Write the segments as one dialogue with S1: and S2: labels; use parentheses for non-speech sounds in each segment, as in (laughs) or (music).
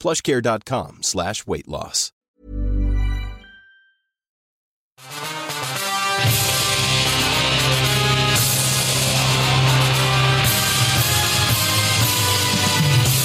S1: Plushcare.com slash weight loss.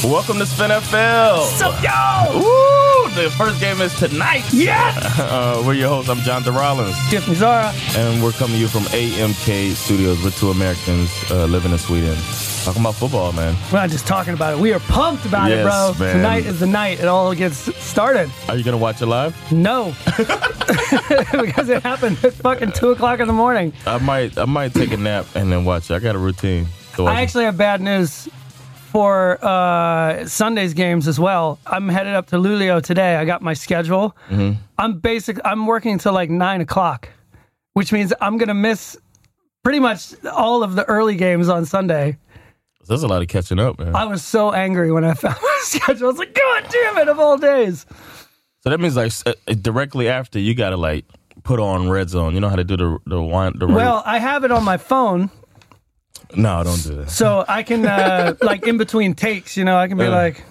S2: Welcome to Spin FL.
S3: So yo,
S2: Woo! The first game is tonight.
S3: yes,
S2: (laughs) Uh, we're your hosts. I'm Jonathan Rollins,
S3: Tiffany Zara.
S2: and we're coming to you from AMK Studios. We're two Americans uh, living in Sweden, talking about football, man.
S3: We're not just talking about it. We are pumped about it,
S2: Yes,
S3: bro.
S2: man.
S3: Tonight is the night it all gets started.
S2: Are you gonna watch it live?
S3: No, (laughs) because it happened at fucking two o'clock in the morning.
S2: I might. I might take a nap and then watch it. I got a routine. So
S3: I actually have bad news for uh, Sunday's games as well. I'm headed up to Lulio today. I got my schedule.
S2: Mm-hmm.
S3: I'm basic. I'm working till like nine o'clock, which means I'm gonna miss pretty much all of the early games on Sunday.
S2: there's a lot of catching up, man.
S3: I was so angry when I found (laughs) my schedule. I was like, God damn it, of all days.
S2: so that means like s- uh, directly after you gotta like put on Red Zone. You know how to do the the wine. The
S3: Well, I have it on my phone,
S2: no, don't do that.
S3: so I
S2: (laughs)
S3: can uh, like in between takes. You know, I can be
S2: Yeah.
S3: like,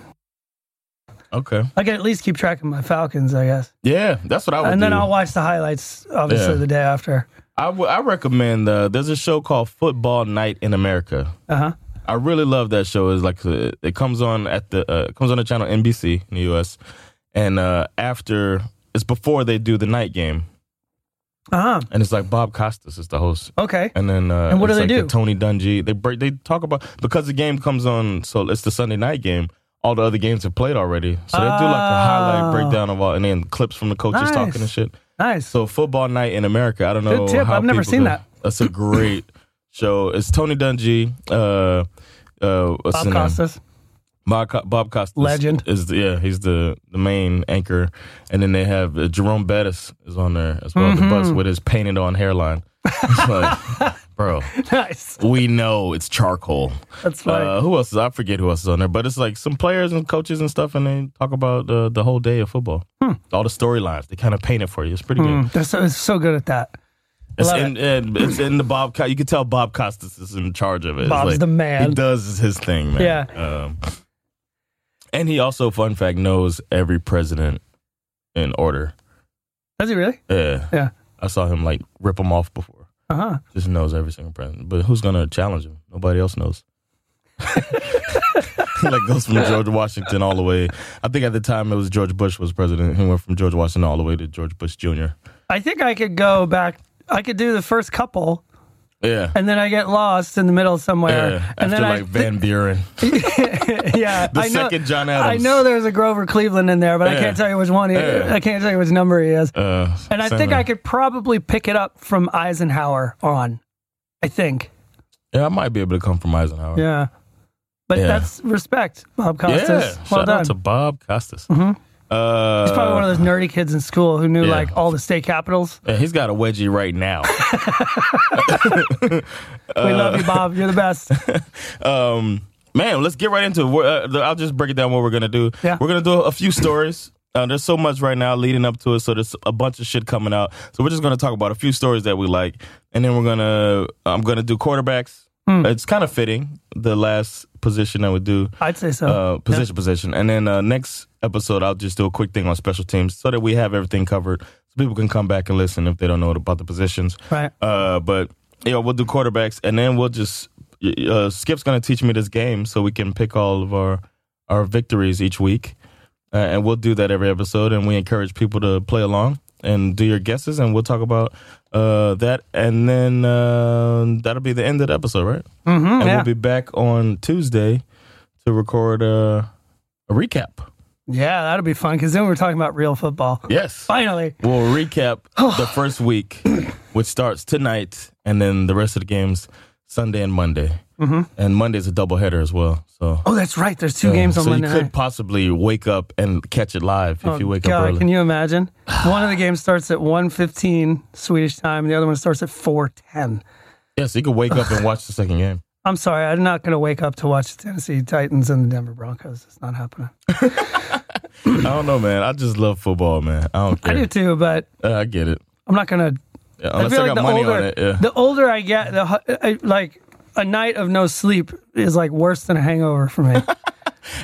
S2: Okay.
S3: I can at least keep track of my Falcons, I guess,
S2: Yeah, that's what I would
S3: and
S2: do.
S3: then I'll watch the highlights, obviously,
S2: Yeah.
S3: the day after.
S2: I w- I recommend uh, there's a show called Football Night in America.
S3: Uh huh.
S2: I really love that show. It's like uh, it comes on at the uh, it comes on the channel NBC in the US, and uh, after it's before they do the night game,
S3: Uh huh.
S2: and it's like Bob Costas is the host.
S3: Okay.
S2: And then, uh,
S3: And what do
S2: it's
S3: they
S2: like
S3: do?
S2: The Tony Dungy. They break. They talk about because the game comes on. So it's the Sunday night game. All the other games have played already. So they do like a
S3: Oh.
S2: highlight breakdown of all, and then clips from the coaches
S3: Nice.
S2: talking and shit.
S3: Nice.
S2: So football night in America. I don't know.
S3: Good tip.
S2: how
S3: I've never
S2: people
S3: seen
S2: go-
S3: that.
S2: That's a
S3: (laughs)
S2: great show. It's Tony Dungy. Uh, uh, what's his
S3: Bob
S2: name?
S3: Costas. (laughs)
S2: Bob, Co- Bob Costas.
S3: Legend.
S2: Is the, yeah, he's the, the main anchor. And then they have uh, Jerome Bettis is on there as well, the
S3: Mm-hmm.
S2: bus with his painted on hairline. It's like,
S3: (laughs)
S2: bro,
S3: nice.
S2: we know it's charcoal.
S3: That's funny.
S2: Uh, who else is? I forget who else is on there, but it's like some players and coaches and stuff, and they talk about uh, the whole day of football,
S3: Hmm.
S2: all the storylines. They kind of paint it for you. It's pretty good.
S3: They're Hmm. so, it's so good at that.
S2: It's
S3: Love
S2: in, and it's in the Bob. Co- You can tell Bob Costas is in charge of it. It's
S3: Bob's the man.
S2: He does his thing, man.
S3: Yeah.
S2: Um, and he also, fun fact, knows every president in order.
S3: Does he really?
S2: Yeah.
S3: Yeah.
S2: I saw him like rip them off before.
S3: Uh huh.
S2: Just knows every single president. But who's gonna challenge him? Nobody else knows. (laughs) like goes from George Washington all the way. I think at the time it was George Bush was president. He went from George Washington all the way to George Bush Jr.
S3: I think I could go back. I could do the first couple,
S2: Yeah.
S3: and then I get lost in the middle somewhere,
S2: yeah. After
S3: and then
S2: like
S3: I
S2: Van Buren.
S3: (laughs) yeah,
S2: The
S3: I know,
S2: second John Adams.
S3: I know there's a Grover Cleveland in there, but I
S2: Yeah.
S3: can't tell you which one. He,
S2: Yeah.
S3: I can't tell you which number he is.
S2: Uh,
S3: And I think I could probably pick it up from Eisenhower on. I think.
S2: Yeah, I might be able to come from Eisenhower.
S3: Yeah. But
S2: Yeah.
S3: that's respect, Bob Costas.
S2: Yeah,
S3: well
S2: shout
S3: done. Mm-hmm.
S2: out to Bob Costas. Uh,
S3: He's probably one of those nerdy kids in school who knew
S2: yeah.
S3: like all the state capitals.
S2: yeah, he's got a wedgie right
S3: (laughs)
S2: now.
S3: We love you, Bob. You're the best.
S2: (laughs) um, man, let's get right into it. We're, Uh, the- I'll just break it down what we're gonna do.
S3: Yeah.
S2: We're gonna do a few stories. Uh, there's so much right now leading up to it, so there's a bunch of shit coming out. So we're just gonna talk about a few stories that we like, and then we're gonna I'm gonna do quarterbacks.
S3: Hmm.
S2: It's kind of fitting the last position I would do.
S3: I'd say so.
S2: uh, position position. And then uh, next episode, I'll just do a quick thing on special teams so that we have everything covered, so people can come back and listen if they don't know about the positions.
S3: Right.
S2: Uh, but yeah, we'll do quarterbacks, and then we'll just y- y- uh, Skip's gonna teach me this game so we can pick all of our our victories each week, uh, and we'll do that every episode. And we encourage people to play along and do your guesses, and we'll talk about uh, that. And then uh, that'll be the end of the episode, right?
S3: hmm
S2: and
S3: yeah.
S2: we'll be back on Tuesday to record uh, a recap.
S3: yeah, that'll be fun because then we're talking about real football.
S2: Yes,
S3: Finally.
S2: we'll
S3: (sighs)
S2: recap the first week, which starts tonight, and then the rest of the games Sunday and Monday. Mm-hmm. And Monday's a doubleheader as well. So
S3: Oh, that's right. There's two games on
S2: so
S3: Monday.
S2: you could
S3: night. Oh,
S2: possibly wake up and catch it live if you wake
S3: God,
S2: up early.
S3: can you
S2: (sighs)
S3: imagine? One of the games starts at 1.15 Swedish time, and the other one starts at 4.10.
S2: yeah, so you could wake up and watch the second game.
S3: I'm sorry, I'm not going to wake up to watch the Tennessee Titans and the Denver Broncos. It's not happening.
S2: I don't know, man. I just love football, man. I don't
S3: I
S2: care.
S3: do too, but
S2: Uh, I get it.
S3: I'm not going to.
S2: Yeah,
S3: I
S2: unless I,
S3: feel
S2: got
S3: like the
S2: money
S3: older,
S2: on it. Yeah.
S3: the older I get, the hu- I, like a night of no sleep is like worse than a hangover
S2: (laughs)
S3: for me.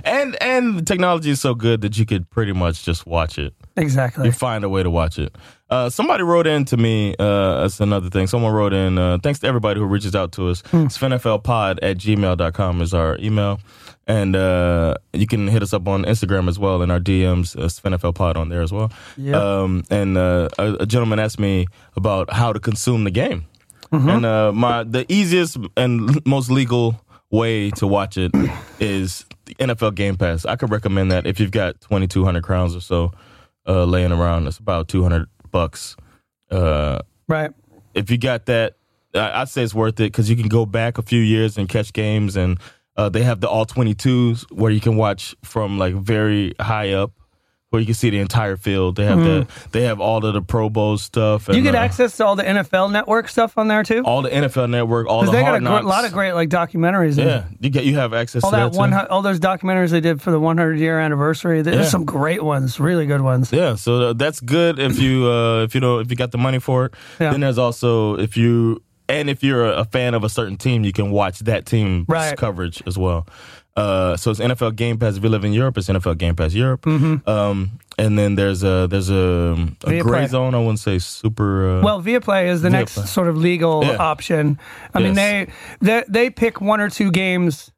S2: and and the technology is so good that you could pretty much just watch it.
S3: exactly.
S2: You find a way to watch it. Uh, somebody wrote in to me. Uh, that's another thing. Someone wrote in. Uh, thanks to everybody who reaches out to us. SvenFLpod at gmail.com is our email. And uh, you can hit us up on Instagram as well in our DMs, uh, SvenFLpod on there as well.
S3: Yep.
S2: Um, and uh, a, a gentleman asked me about how to consume the game. And uh, my the easiest and most legal way to watch it is the NFL Game Pass. I could recommend that if you've got 2,200 crowns or so uh, laying around. It's about 200 bucks. Uh,
S3: Right.
S2: if you got that, I, I'd say it's worth it because you can go back a few years and catch games, and uh, they have the all 22s where you can watch from like very high up. Where you can see the entire field, they have the they have all of the Pro Bowl stuff. And,
S3: Hmm. You get
S2: uh,
S3: access to all the NFL network stuff on there too?
S2: all the NFL Network, all the
S3: Because they got
S2: hard
S3: a gr-
S2: knocks.
S3: lot of great like documentaries. in it.
S2: yeah, you get you have access
S3: all
S2: to
S3: that
S2: that,
S3: one,
S2: too.
S3: all those documentaries they did for the 100 year anniversary. There's
S2: Yeah.
S3: some great ones, really good ones.
S2: Yeah, so that's good if you uh, if you know if you got the money for it.
S3: Yeah.
S2: Then there's also if you and if you're a fan of a certain team, you can watch that team's
S3: Right.
S2: coverage as well. Uh, so it's NFL Game Pass. If you live in Europe, it's NFL Game Pass Europe. Um, and then there's a there's a, a gray
S3: Via Mm-hmm. Play.
S2: zone. I wouldn't say super. Uh,
S3: Well, Viaplay is the next
S2: Viaplay.
S3: sort of legal
S2: Yeah.
S3: option. I mean,
S2: Yes.
S3: they, they they pick one or two games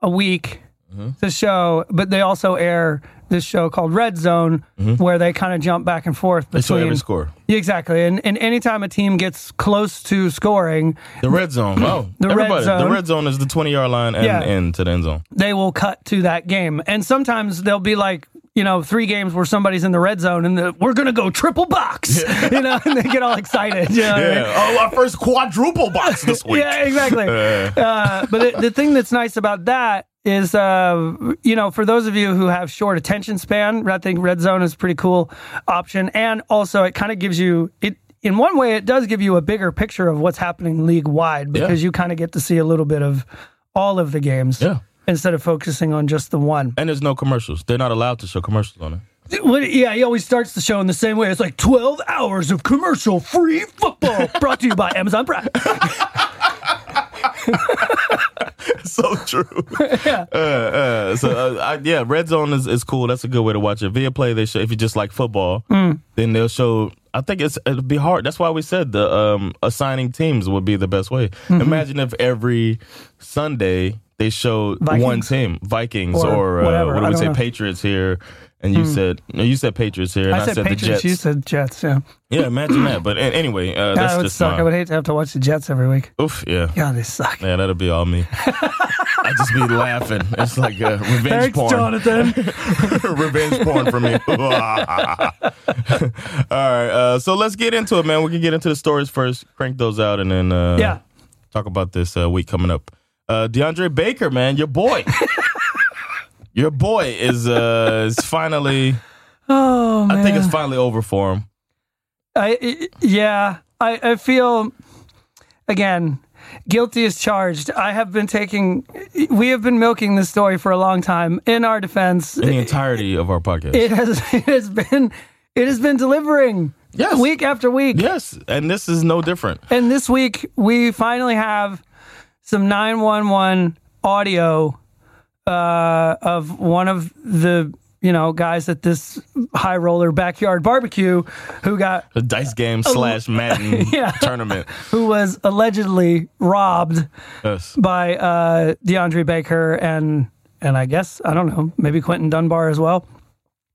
S3: a week
S2: Mm-hmm.
S3: to show, but they also air this show called Red Zone,
S2: Mm-hmm.
S3: where they kind of jump back and forth
S2: they show
S3: between
S2: every score.
S3: Yeah, exactly. And and anytime a team gets close to scoring,
S2: The red zone. Oh,
S3: (clears throat) The red
S2: everybody. The
S3: zone.
S2: red zone is the twenty yard line and,
S3: Yeah.
S2: and to the end zone.
S3: they will cut to that game. And sometimes they'll be like, you know, three games where somebody's in the red zone and the, we're going to go triple box, (laughs) you know, and they get all excited. You know what I mean?
S2: Oh, our first quadruple box
S3: (laughs)
S2: this week.
S3: Yeah, exactly.
S2: (laughs) Uh.
S3: Uh, but the, the thing that's nice about that is, uh, you know, for those of you who have short attention span, I think Red Zone is a pretty cool option. And also, it kind of gives you it. In one way, it does give you a bigger picture of what's happening league wide because you kind of get to see a little bit of all of the games
S2: Yeah.
S3: instead of focusing on just the one.
S2: And there's no commercials. They're not allowed to show commercials on it.
S3: What, yeah, he always starts the show in the same way. It's like 12 hours of commercial free football brought to you by
S2: (laughs)
S3: Amazon Prime.
S2: (laughs) so
S3: (laughs)
S2: true. Uh, uh, so uh, I, yeah, Red Zone is, is cool. That's a good way to watch it. Via Play, they show if you just like football,
S3: Mm.
S2: then they'll show. I think it's it'd be hard. That's why we said the um, assigning teams would be the best way.
S3: Mm-hmm.
S2: Imagine if every Sunday they show one
S3: Vikings?
S2: team, Vikings
S3: Or
S2: or, uh,
S3: whatever,
S2: what do
S3: I
S2: we
S3: don't
S2: say,
S3: know. Mm.
S2: Patriots here. And you said no, you said Patriots here, and I,
S3: I said
S2: the
S3: Patriots,
S2: Jets.
S3: you said Jets, yeah.
S2: yeah, imagine that. But uh, anyway,
S3: (laughs)
S2: uh, that's
S3: I would
S2: just
S3: suck.
S2: my-
S3: I would hate to have to watch the Jets every week.
S2: oof. Yeah,
S3: God, they suck.
S2: Yeah, that'll be all me. (laughs) I just be laughing. It's like a revenge
S3: Thanks,
S2: porn. Uh-huh.
S3: Jonathan.
S2: (laughs) revenge porn for
S3: (laughs)
S2: me. (laughs) all right, uh, so let's get into it, man. We can get into the stories first. Crank those out, and then uh,
S3: Yeah.
S2: talk about this uh, week coming up. Uh, DeAndre Baker, man, your
S3: (laughs)
S2: boy, your boy is uh, is finally.
S3: Oh man.
S2: I think it's finally over for him.
S3: I, I- yeah. I, I feel again guilty as charged. I have been taking. We have been milking this story for a long time. In our defense,
S2: In the entirety of our podcast.
S3: it has (laughs) it has been it has been delivering.
S2: Yes.
S3: Week after week.
S2: yes, and this is no different.
S3: And this week, we finally have some 911 audio uh, of one of the you know guys at this high roller backyard barbecue who got
S2: The dice game slash Madden
S3: Oh, (laughs) Yeah.
S2: tournament.
S3: who was allegedly robbed
S2: Yes.
S3: by uh, DeAndre Baker and and I guess I don't know maybe Quentin Dunbar as well.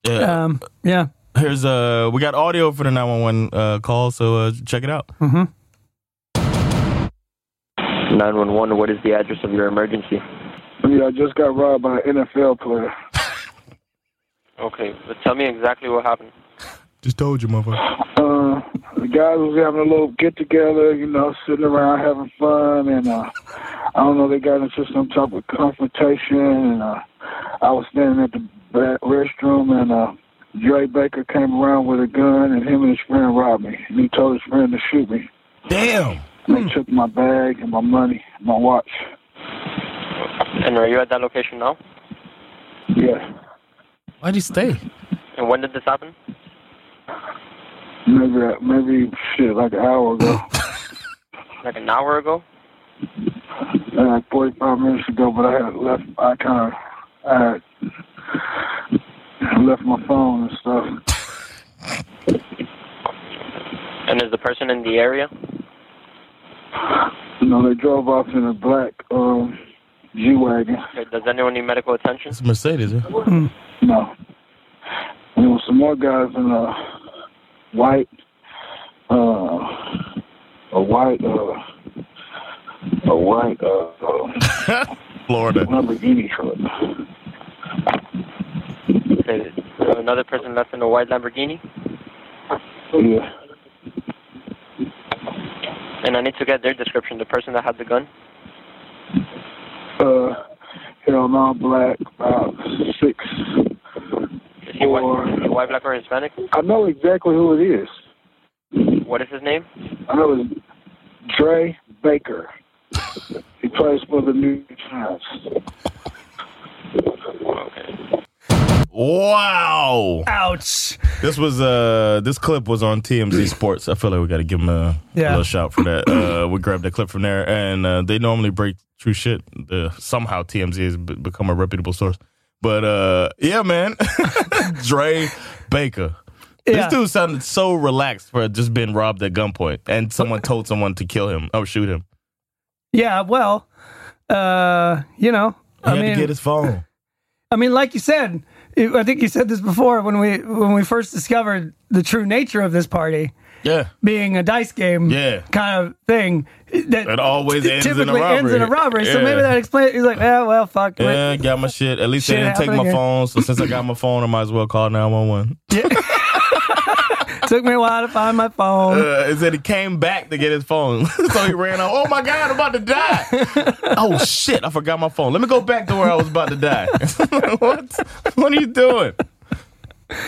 S2: Yeah.
S3: Um, yeah,
S2: Here's uh we got audio for the 911 uh call, so uh check it out.
S3: Mm-hmm.
S4: 911, what is the address of your emergency?
S5: Yeah, I just got robbed by an NFL player.
S4: Okay, but tell me exactly what happened.
S2: Just told you, motherfucker.
S5: Uh, the guys was having a little get together, you know, sitting around having fun, and uh, I don't know, they got into some type of confrontation, and uh, I was standing at the ba- restroom, and uh, Dre Baker came around with a gun, and him and his friend robbed me, and he told his friend to shoot me.
S2: Damn.
S5: And They took my bag and my money, my watch.
S4: And are you at that location now?
S5: Yeah,
S2: Why'd you stay?
S4: And when did this happen?
S5: maybe uh, maybe shit like an hour ago,
S4: Like an hour ago?
S5: uh, like 45 minutes ago, but I had left. I kind of I had left my phone and stuff.
S4: And is the person in the area?
S5: You know, they drove off in a black um, G wagon.
S4: Okay, Uh, Does anyone need medical attention?
S2: It's Mercedes. Huh?
S5: No, and there was some more guys in a white, uh, a white, uh, a white uh, uh,
S2: (laughs) Florida.
S5: Lamborghini truck.
S4: Okay, Another person left in a white Lamborghini?
S5: Yeah,
S4: And I need to get their description, the person that had the gun.
S5: uh, hell no, black, about six.
S4: Is he white,
S5: Or-
S4: is he white black, or Hispanic?
S5: I know exactly who it is.
S4: What is his name?
S5: I know it's Dre Baker. he plays for the New York Times.
S2: Wow.
S3: Ouch.
S2: This was uh this clip was on (clears throat) TMZ Sports. I feel like we got to give them a,
S3: Yeah.
S2: little shout for that. Uh, we grabbed that clip from there, and uh, they normally break true shit. Uh, somehow TMZ has be- become a reputable source. But uh, yeah, man, (laughs) Dre Baker. This
S3: Yeah.
S2: dude sounded so relaxed for just being robbed at gunpoint, and someone told someone to kill him or shoot him.
S3: Yeah, well, uh, you know,
S2: He
S3: I
S2: had
S3: mean,
S2: to get his phone.
S3: I mean, like you said, it- I think you said this before when we when we first discovered the true nature of this party
S2: Yeah,
S3: being a dice game,
S2: Yeah.
S3: kind of thing. That
S2: it always
S3: t-
S2: ends
S3: typically
S2: in a robbery.
S3: ends in a robbery. So
S2: Yeah.
S3: maybe that explains. He's like, yeah, well, fuck.
S2: Yeah, got my shit. At least
S3: Shit
S2: they didn't take
S3: happened
S2: my
S3: again.
S2: phone, so since I got my phone, I might as well call nine one one.
S3: It took me a while to find my phone.
S2: uh, is that he came back to get his phone. (laughs) so he ran out. Oh my God, I'm about to die. oh shit, I forgot my phone. Let me go back to where I was about to die. (laughs) what? What are you doing?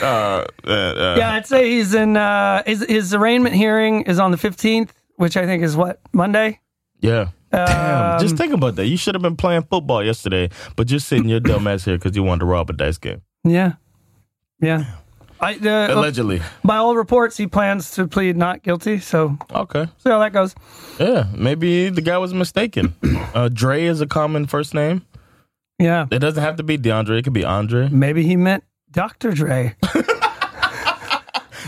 S2: Uh, uh, uh,
S3: yeah, I'd say he's in uh, his his arraignment hearing is on the fifteenth, which I think is what Monday.
S2: yeah. Damn. Just think about that. You should have been playing football yesterday, but you're sitting your dumb ass here because you wanted to rob a dice game.
S3: Yeah, yeah. I, uh,
S2: Allegedly.
S3: by all reports, he plans to plead not guilty. So,
S2: Okay.
S3: so how that goes.
S2: Yeah. Maybe the guy was mistaken. Uh, Dre is a common first name.
S3: Yeah.
S2: It doesn't have to be DeAndre. It could be Andre.
S3: Maybe he meant
S2: (laughs)
S3: Dr. Dre.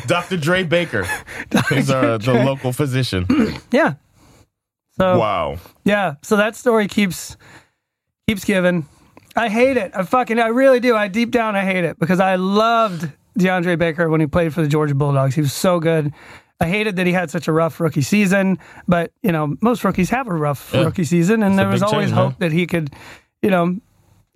S2: Dr. Dre
S3: (laughs)
S2: Baker is uh, the local physician.
S3: yeah. So
S2: Wow.
S3: yeah. So that story keeps keeps giving. I hate it. I fucking I really do. I deep down I hate it because I loved DeAndre Baker when he played for the Georgia Bulldogs. He was so good. I hated that he had such a rough rookie season, but you know, most rookies have a rough
S2: Yeah.
S3: rookie season and
S2: It's a
S3: there was
S2: big
S3: always
S2: change,
S3: hope that he could, you know,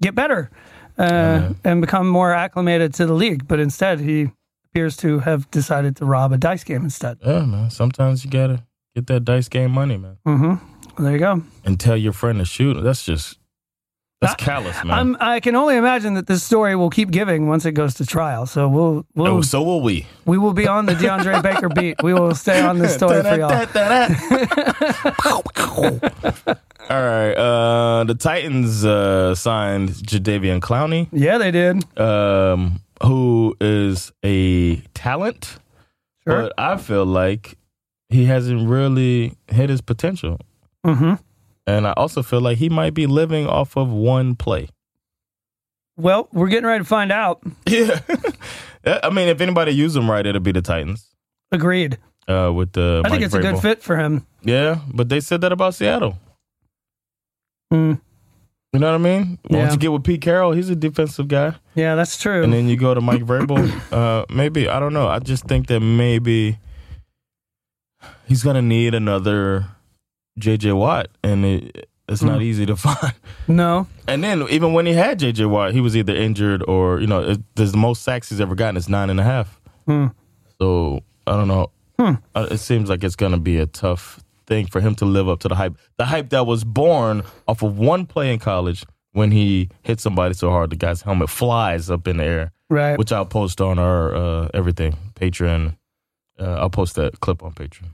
S3: get better uh, and become more acclimated to the league, but instead he appears to have decided to rob a dice game instead.
S2: Yeah, man. Sometimes you gotta get that dice game money, man,
S3: Well, there you go.
S2: and tell your friend to shoot. That's just that's
S3: I-
S2: callous, man.
S3: I'm, I can only imagine that this story will keep giving once it goes to trial. So we'll, we'll
S2: oh, so will we.
S3: we will be on the
S2: (laughs)
S3: DeAndre Baker beat. We will stay on this story for y'all.
S2: All right. Uh, the Titans uh, signed Jadavian Clowney,
S3: Yeah, they did.
S2: um, who is a talent,
S3: Sure.
S2: but I feel like he hasn't really hit his potential.
S3: hmm
S2: And I also feel like he might be living off of one play.
S3: Well, we're getting ready to find out.
S2: (laughs) Yeah. I mean, if anybody used him right, it'll be the Titans.
S3: Agreed.
S2: Uh, with the
S3: I think it's a good fit for him.
S2: Yeah, but they said that about Seattle.
S3: Mm.
S2: You know what I mean?
S3: Yeah.
S2: Once you get with Pete Carroll, he's a defensive guy,
S3: Yeah, that's true.
S2: and then you go to Mike
S3: (coughs)
S2: Vrabel. Uh, maybe I don't know. I just think that maybe he's gonna need another J.J. Watt, and it, it's
S3: Hmm.
S2: not easy to (laughs) find.
S3: no.
S2: And then even when he had J.J. Watt, he was either injured or you know, it, there's the most sacks he's ever gotten is nine and a half.
S3: Hmm.
S2: So I don't know. Uh, it seems like it's going to be a tough thing for him to live up to the hype. The hype that was born off of one play in college when he hit somebody so hard the guy's helmet flies up in the air,
S3: Right.
S2: which I'll post on our uh, everything Patreon. Uh, I'll post that clip on Patreon.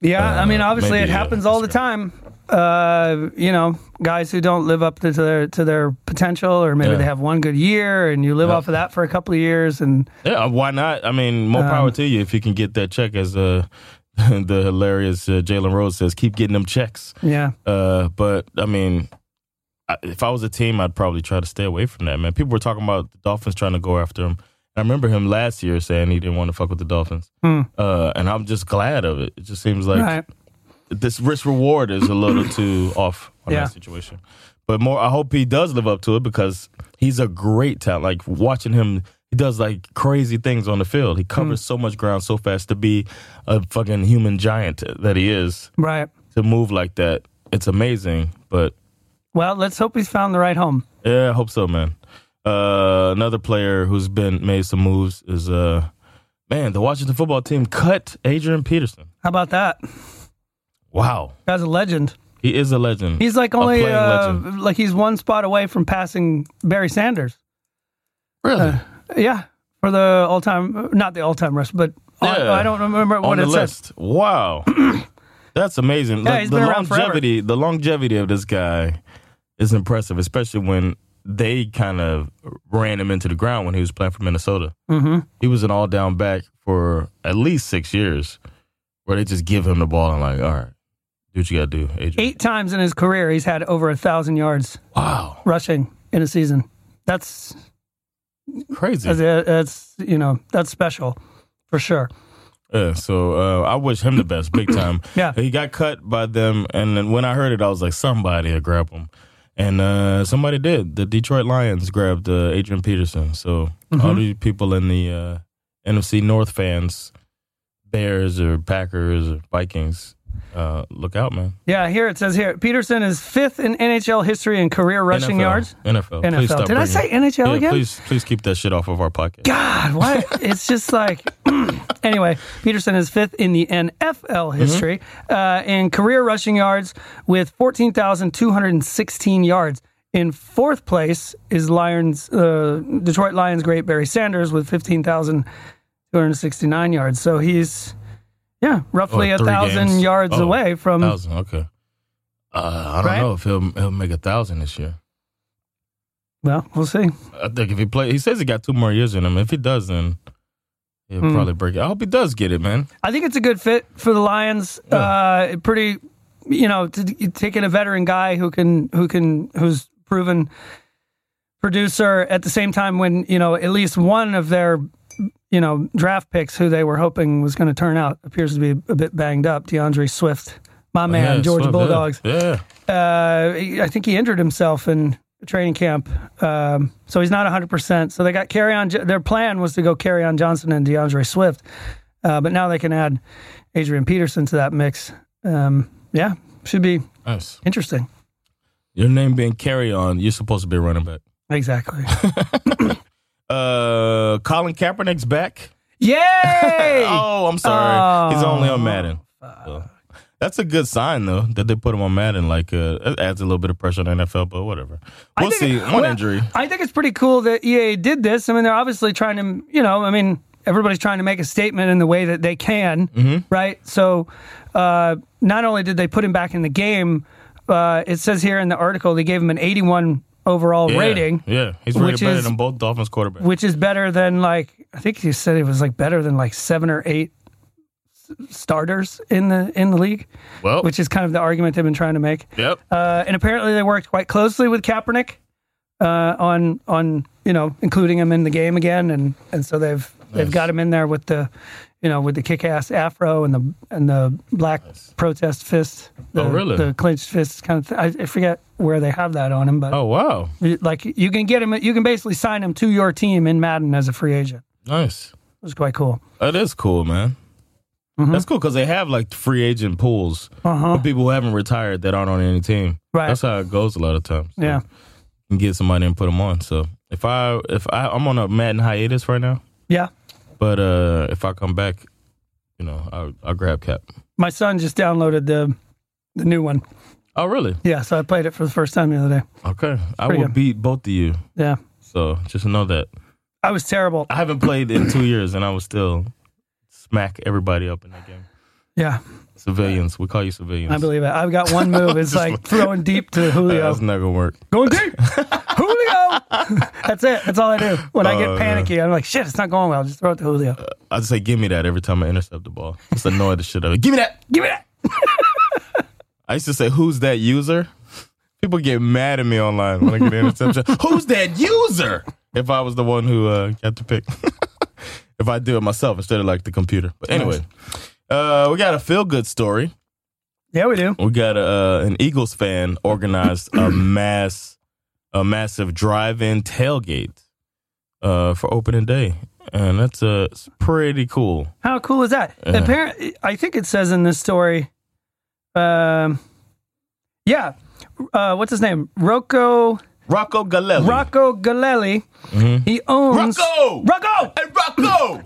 S3: Yeah, I mean,
S2: Uh,
S3: obviously, it
S2: maybe, uh,
S3: happens all the time. Uh, you know, guys who don't live up to their to their potential, or maybe
S2: Yeah.
S3: they have one good year, and you live
S2: Yeah.
S3: off of that for a couple of years, and
S2: Yeah, why not? I mean, more
S3: Um,
S2: power to you if you can get that check. As uh, (laughs) the hilarious uh, Jalen Rose says, keep getting them checks.
S3: yeah,
S2: Uh, but I mean, I, if I was a team, I'd probably try to stay away from that. Man, people were talking about the Dolphins trying to go after him. I remember him last year saying he didn't want to fuck with the Dolphins.
S3: Hmm.
S2: Uh, and I'm just glad of it. It just seems like
S3: right.
S2: this risk reward is a little
S3: (clears throat)
S2: too off on
S3: Yeah.
S2: that situation. But more, I hope he does live up to it because he's a great talent. Like watching him, he does like crazy things on the field. He
S3: Mm.
S2: covers so much ground so fast to be a fucking human giant that he is.
S3: Right.
S2: To move like that, it's amazing. But
S3: Well, let's hope he's found the right home.
S2: yeah, I hope so, man. Uh, another player who's been made some moves is uh, man, the Washington football team cut Adrian Peterson.
S3: How about that?
S2: Wow,
S3: Guy's a legend.
S2: he is a legend.
S3: He's like
S2: A
S3: only
S2: playing
S3: uh,
S2: legend.
S3: like he's one spot away from passing Barry Sanders.
S2: really.
S3: uh, Yeah, for the all time, not the all time rush, but on-
S2: Yeah.
S3: I don't remember
S2: on
S3: what
S2: the
S3: it says.
S2: list. Wow, (clears throat) that's amazing.
S3: Yeah,
S2: Like,
S3: he's
S2: the
S3: been around forever.
S2: longevity, the longevity of this guy is impressive, especially when they kind of ran him into the ground when he was playing for Minnesota.
S3: Mm-hmm.
S2: He was an all-down back for at least six years, where they just give him the ball and like, all right, do what you got to do, Adrian.
S3: Eight times in his career, he's had over a thousand yards
S2: Wow,
S3: rushing in a season. That's
S2: crazy.
S3: That's, that's you know that's special for sure.
S2: Yeah, so uh, I wish him the best, big time.
S3: (coughs) Yeah.
S2: he got cut by them, and then when I heard it, I was like, somebody will grab him, and uh, somebody did. The Detroit Lions grabbed uh, Adrian Peterson. So
S3: Mm-hmm.
S2: all these people in the uh, NFC North fans, Bears or Packers or Vikings, uh, look out, man!
S3: Yeah, here it says here Peterson is fifth in NHL history in career rushing
S2: NFL,
S3: yards.
S2: NFL,
S3: NFL.
S2: Please stop
S3: Did I
S2: bringing-
S3: say NHL
S2: yeah,
S3: again?
S2: Please, please keep that shit off of our podcast. (laughs)
S3: God, what? it's just like. (clears throat) anyway, Peterson is fifth in the NFL
S2: Mm-hmm.
S3: history uh, in career rushing yards with 14,216 yards. In fourth place is Lions, uh, Detroit Lions great Barry Sanders with 15,269 yards. So he's, yeah, roughly
S2: Oh,
S3: a
S2: three
S3: thousand
S2: games.
S3: yards
S2: Oh,
S3: away from.
S2: thousand. Okay. Uh, I don't
S3: Right?
S2: know if he'll he'll make a thousand this year.
S3: Well, we'll see.
S2: I think if he play, he says he got two more years in him. If he does, then he'll
S3: Hmm.
S2: probably break it. I hope he does get it, man.
S3: I think it's a good fit for the Lions.
S2: Yeah.
S3: Uh, pretty, you know, to, taking a veteran guy who can who can who's proven producer at the same time when you know at least one of their you know draft picks who they were hoping was going to turn out appears to be a bit banged up. DeAndre Swift, my man,
S2: Oh, Yeah,
S3: Georgia
S2: Swift, yeah.
S3: Bulldogs.
S2: Yeah,
S3: Uh, I think he injured himself in training camp, um, so he's not 100. percent So they got carry on. Their plan was to go carry on Johnson and DeAndre Swift, uh, but now they can add Adrian Peterson to that mix. Um, yeah, should be
S2: nice.
S3: interesting.
S2: Your name being carry on, you're supposed to be a running back.
S3: Exactly.
S2: Uh, Colin Kaepernick's back.
S3: Yay!
S2: Oh, I'm sorry, he's
S3: Oh,
S2: only on Madden. So, That's a good sign though that they put him on Madden. Like, uh, it adds a little bit of pressure on the NFL, but whatever.
S3: I
S2: We'll see.
S3: think-
S2: One
S3: well,
S2: injury.
S3: I think it's pretty cool that EA did this. I mean, they're obviously trying to, you know, I mean, everybody's trying to make a statement in the way that they can,
S2: Mm-hmm.
S3: right? So, uh, not only did they put him back in the game, uh, it says here in the article they gave him an 81 overall
S2: Yeah.
S3: rating,
S2: Yeah, he's rated
S3: which
S2: better
S3: is-
S2: than both Dolphins quarterbacks.
S3: which is better than like I think you said it was like better than like seven or eight s- starters in the in the league,
S2: well,
S3: which is kind of the argument they've been trying to make.
S2: yep.
S3: Uh, and apparently they worked quite closely with Kaepernick uh, on on you know including him in the game again, and and so they've they've
S2: Nice.
S3: got him in there with the you know with the kick ass afro and the and the black protest fist. The,
S2: Oh, really?
S3: The clenched fist kind of. Thing. I, I forget where they have that on him, but
S2: Oh wow,
S3: like you can get him. You can basically sign him to your team in Madden as a free agent.
S2: nice.
S3: It was quite cool.
S2: That is Oh, cool, man.
S3: Mm-hmm.
S2: That's cool because they have like free agent pools
S3: Uh-huh.
S2: for people who haven't retired that aren't on any team.
S3: Right.
S2: That's how it goes a lot of times. So
S3: Yeah.
S2: You can get somebody and put them on. So if I if I I'm on a Madden hiatus right now,
S3: Yeah.
S2: but uh if I come back, you know, I'll, I'll grab Cap.
S3: My son just downloaded the the new one.
S2: Oh, really?
S3: Yeah, so I played it for the first time the other day.
S2: Okay. I
S3: Pretty
S2: will
S3: good.
S2: beat both of you.
S3: Yeah,
S2: So just know that.
S3: I was terrible.
S2: I haven't played in two years and I will still smack everybody up in that game.
S3: Yeah,
S2: Civilians. We call you civilians.
S3: I believe it. I've got one move. It's like throwing deep to Julio.
S2: That's not going to work.
S3: going deep. Julio. (laughs) That's it. That's all I do. When I
S2: Oh,
S3: get panicky, I'm like, shit, it's not going well. Just throw it to Julio.
S2: I just say, give me that every time I intercept the ball. Just annoy the shit out of it. Give me that. (laughs)
S3: Give me that.
S2: I used to say, who's that user? People get mad at me online when I get an interception. who's that user? If I was the one who uh, got the pick. (laughs) if I do it myself instead of like the computer. But anyway, uh, we got a feel good story.
S3: Yeah, we do.
S2: We got uh, an Eagles fan organized a mass, a massive drive-in tailgate uh, for opening day, and that's uh, it's pretty cool.
S3: How cool is that? Apparently, I think it says in this story. Um, yeah, uh, what's his name? Rocco
S2: Rocco Galelli.
S3: Rocco Galelli. He owns
S2: Rocco!
S3: Rocco.
S2: Hey, Rocco!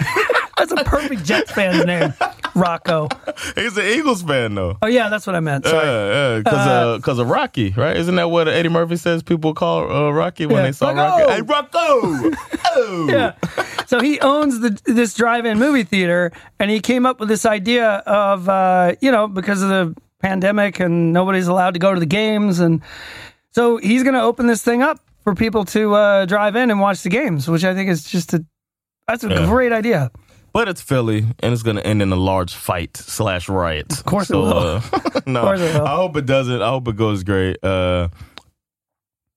S3: That's a perfect Jets fan's name, Rocco.
S2: (laughs) He's an Eagles fan though.
S3: Oh yeah, that's what I meant. Sorry.
S2: because uh, 'cause of Rocky, right? Isn't that what Eddie Murphy says? People call uh, Rocky when
S3: Yeah.
S2: they saw
S3: Rocco!
S2: Rocky. Hey,
S3: (laughs)
S2: Rocco! oh,
S3: yeah. (laughs) So he owns the this drive-in movie theater, and he came up with this idea of uh, you know because of the pandemic and nobody's allowed to go to the games, and so he's going to open this thing up for people to uh, drive in and watch the games, which I think is just a that's a
S2: Yeah.
S3: great idea.
S2: But it's Philly, and it's going to end in a large fight slash riot. Of
S3: course it will. (laughs)
S2: no,
S3: course it will.
S2: I hope it doesn't. I hope it goes great. Uh,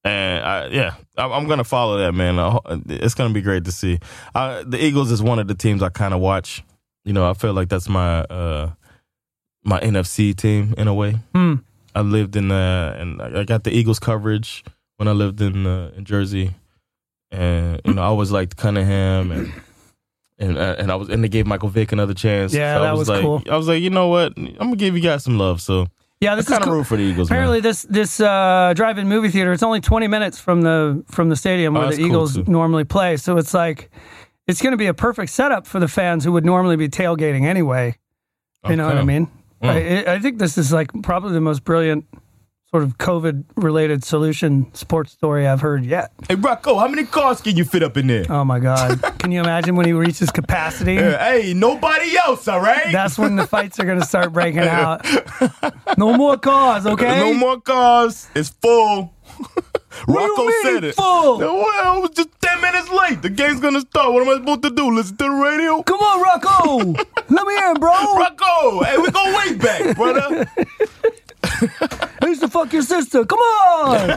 S2: and I, yeah, I'm, I'm going to follow that, man. I ho- It's going to be great to see. I, the Eagles is one of the teams I kind of watch. You know, I feel like that's my uh, my NFC team in a way.
S3: Hmm.
S2: I lived in uh, and I I got the Eagles coverage when I lived in uh, in Jersey, and you know I always liked Cunningham and and uh, and I was and they gave Michael Vick another chance.
S3: Yeah,
S2: So I
S3: that was
S2: like,
S3: cool.
S2: I was like, you know what, I'm gonna give you guys some love. So
S3: Yeah,
S2: I
S3: this is
S2: kind of
S3: cool.
S2: root for the Eagles. man.
S3: Apparently, this this uh, drive-in movie theater it's only 20 minutes from the from the stadium
S2: Oh,
S3: where
S2: that's
S3: the
S2: cool,
S3: Eagles
S2: too.
S3: normally play. So it's like it's going to be a perfect setup for the fans who would normally be tailgating anyway. You know what I
S2: Okay. Hmm.
S3: mean? I, I think this is like probably the most brilliant sort of COVID-related solution sports story I've heard yet.
S2: Hey Rocco, how many cars can you fit up in there?
S3: Oh
S2: (laughs)
S3: my god! Can you imagine when he reaches capacity?
S2: Uh, hey, nobody else, all right?
S3: That's when the fights are going to start breaking out. No more cars, okay?
S2: No more cars. It's full. (laughs)
S3: do you
S2: Rocco
S3: mean
S2: said it.
S3: full?
S2: Well, I was just ten minutes late. The game's gonna start. What am I supposed to do? Listen to the radio?
S3: Come on, Rocco! Let me in, bro.
S2: (laughs) Rocco, hey, we go way back, brother.
S3: I used to fuck your sister. Come (laughs) on.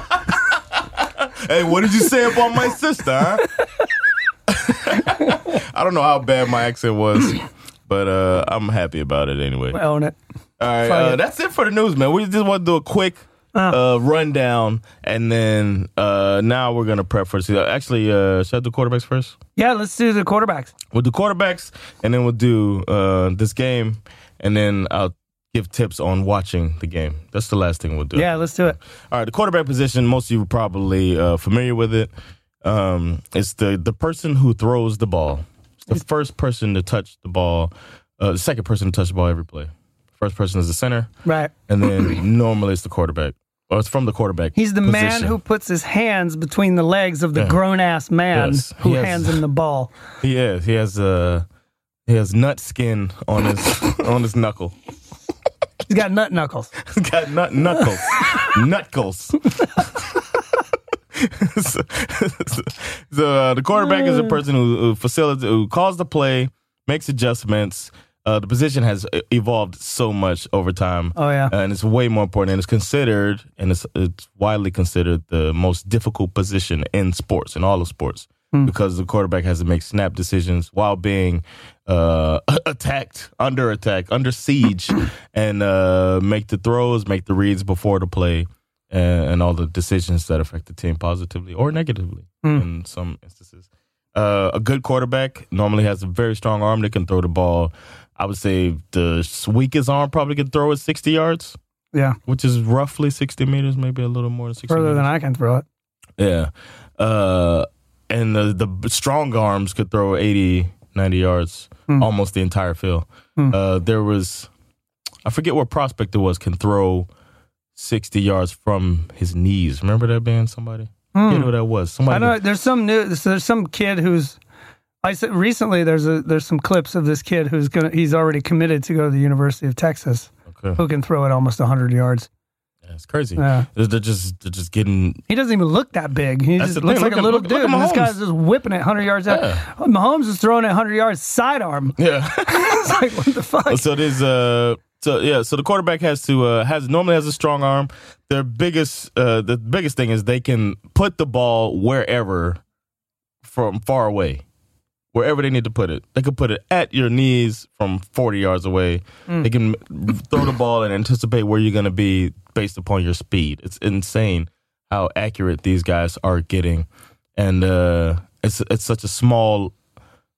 S2: hey, what did you say about my sister? Huh? (laughs) I don't know how bad my accent was, but uh, I'm happy about it anyway.
S3: I own it.
S2: All right,
S3: fuck
S2: uh,
S3: it.
S2: that's it for the news, man. We just want to do a quick uh, rundown, and then uh, now we're gonna prep for the season. Actually, uh, should I do quarterbacks first?
S3: Yeah, let's do the quarterbacks.
S2: We'll do quarterbacks, and then we'll do uh, this game, and then I'll give tips on watching the game. That's the last thing we'll do.
S3: Yeah, let's do it.
S2: All right, the quarterback position, most of you are probably uh, familiar with it. Um, it's the, the person who throws the ball. It's the first person to touch the ball, uh, the second person to touch the ball every play. First person is the center,
S3: Right.
S2: and then
S3: (clears throat)
S2: normally it's the quarterback. Or it's from the quarterback.
S3: He's the man
S2: position.
S3: who puts his hands between the legs of the
S2: Yeah.
S3: grown ass man
S2: Yes.
S3: who
S2: He has-
S3: hands him the ball.
S2: he is. He has uh, he has nut skin on
S3: (laughs)
S2: his on his knuckle.
S3: He's got nut knuckles.
S2: He's got nut knuckles. knuckles. so so, uh, the quarterback is a person who, who facilitates, who calls the play, makes adjustments. Uh, the position has evolved so much over time.
S3: Oh, yeah.
S2: Uh, and it's way more important. And it's considered, and it's it's widely considered the most difficult position in sports, in all of sports, because the quarterback has to make snap decisions while being uh, (laughs) attacked, under attack, under siege, and uh, make the throws, make the reads before the play, and, and all the decisions that affect the team positively or negatively in some instances. Uh, a good quarterback normally has a very strong arm that can throw the ball. I would say the weakest arm probably can throw it 60 yards,
S3: Yeah.
S2: which is roughly 60 meters, maybe a little more than 60
S3: Further
S2: meters.
S3: than I can throw it.
S2: Yeah. Uh, and the, the b- strong arms could throw 80, 90 yards,
S3: Hmm.
S2: almost the entire field. Uh, there was, I forget what prospect it was, can throw 60 yards from his knees. Remember that being somebody? I forget who that was. Somebody.
S3: Hmm. I know there's some new there's some kid who's I said recently there's a there's some clips of this kid who's gonna he's already committed to go to the University of Texas
S2: Okay.
S3: who can throw it almost 100 yards.
S2: Yeah, it's crazy.
S3: Yeah.
S2: They're, they're just they're just getting.
S3: He doesn't even look that big. He
S2: That's
S3: just
S2: the
S3: looks
S2: thing.
S3: like
S2: Look
S3: a
S2: at-
S3: little
S2: look-
S3: dude.
S2: look at
S3: and this
S2: Mahomes.
S3: guy's just whipping it 100 yards out.
S2: Yeah.
S3: Mahomes is throwing it 100 yards sidearm. (laughs)
S2: Yeah. (laughs)
S3: it's like what the fuck?
S2: so there's uh so yeah so the quarterback has to uh has normally has a strong arm their biggest uh the biggest thing is they can put the ball wherever from far away wherever they need to put it they can put it at your knees from 40 yards away they can throw the ball and anticipate where you're going to be based upon your speed it's insane how accurate these guys are getting and uh it's it's such a small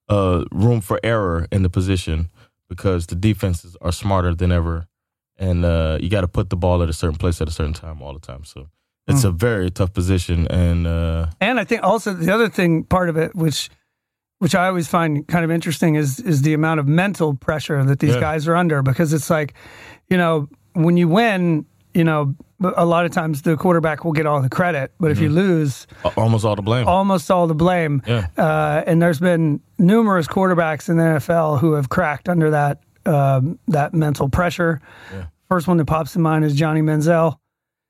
S2: uh, room for error in the position because the defenses are smarter than ever, and uh, you got to put the ball at a certain place at a certain time all the time. So it's a very tough position, and uh,
S3: And I think also the other thing part of it, which which I always find kind of interesting, is is the amount of mental pressure that these
S2: Yeah.
S3: guys are under because it's like, you know, when you win, you know, a lot of times the quarterback will get all the credit, but if
S2: Mm-hmm.
S3: you lose,
S2: a- almost all the blame.
S3: almost all the blame.
S2: Yeah.
S3: Uh, and there's been numerous quarterbacks in the NFL who have cracked under that um, that mental pressure. First one that pops in mind is Johnny Manziel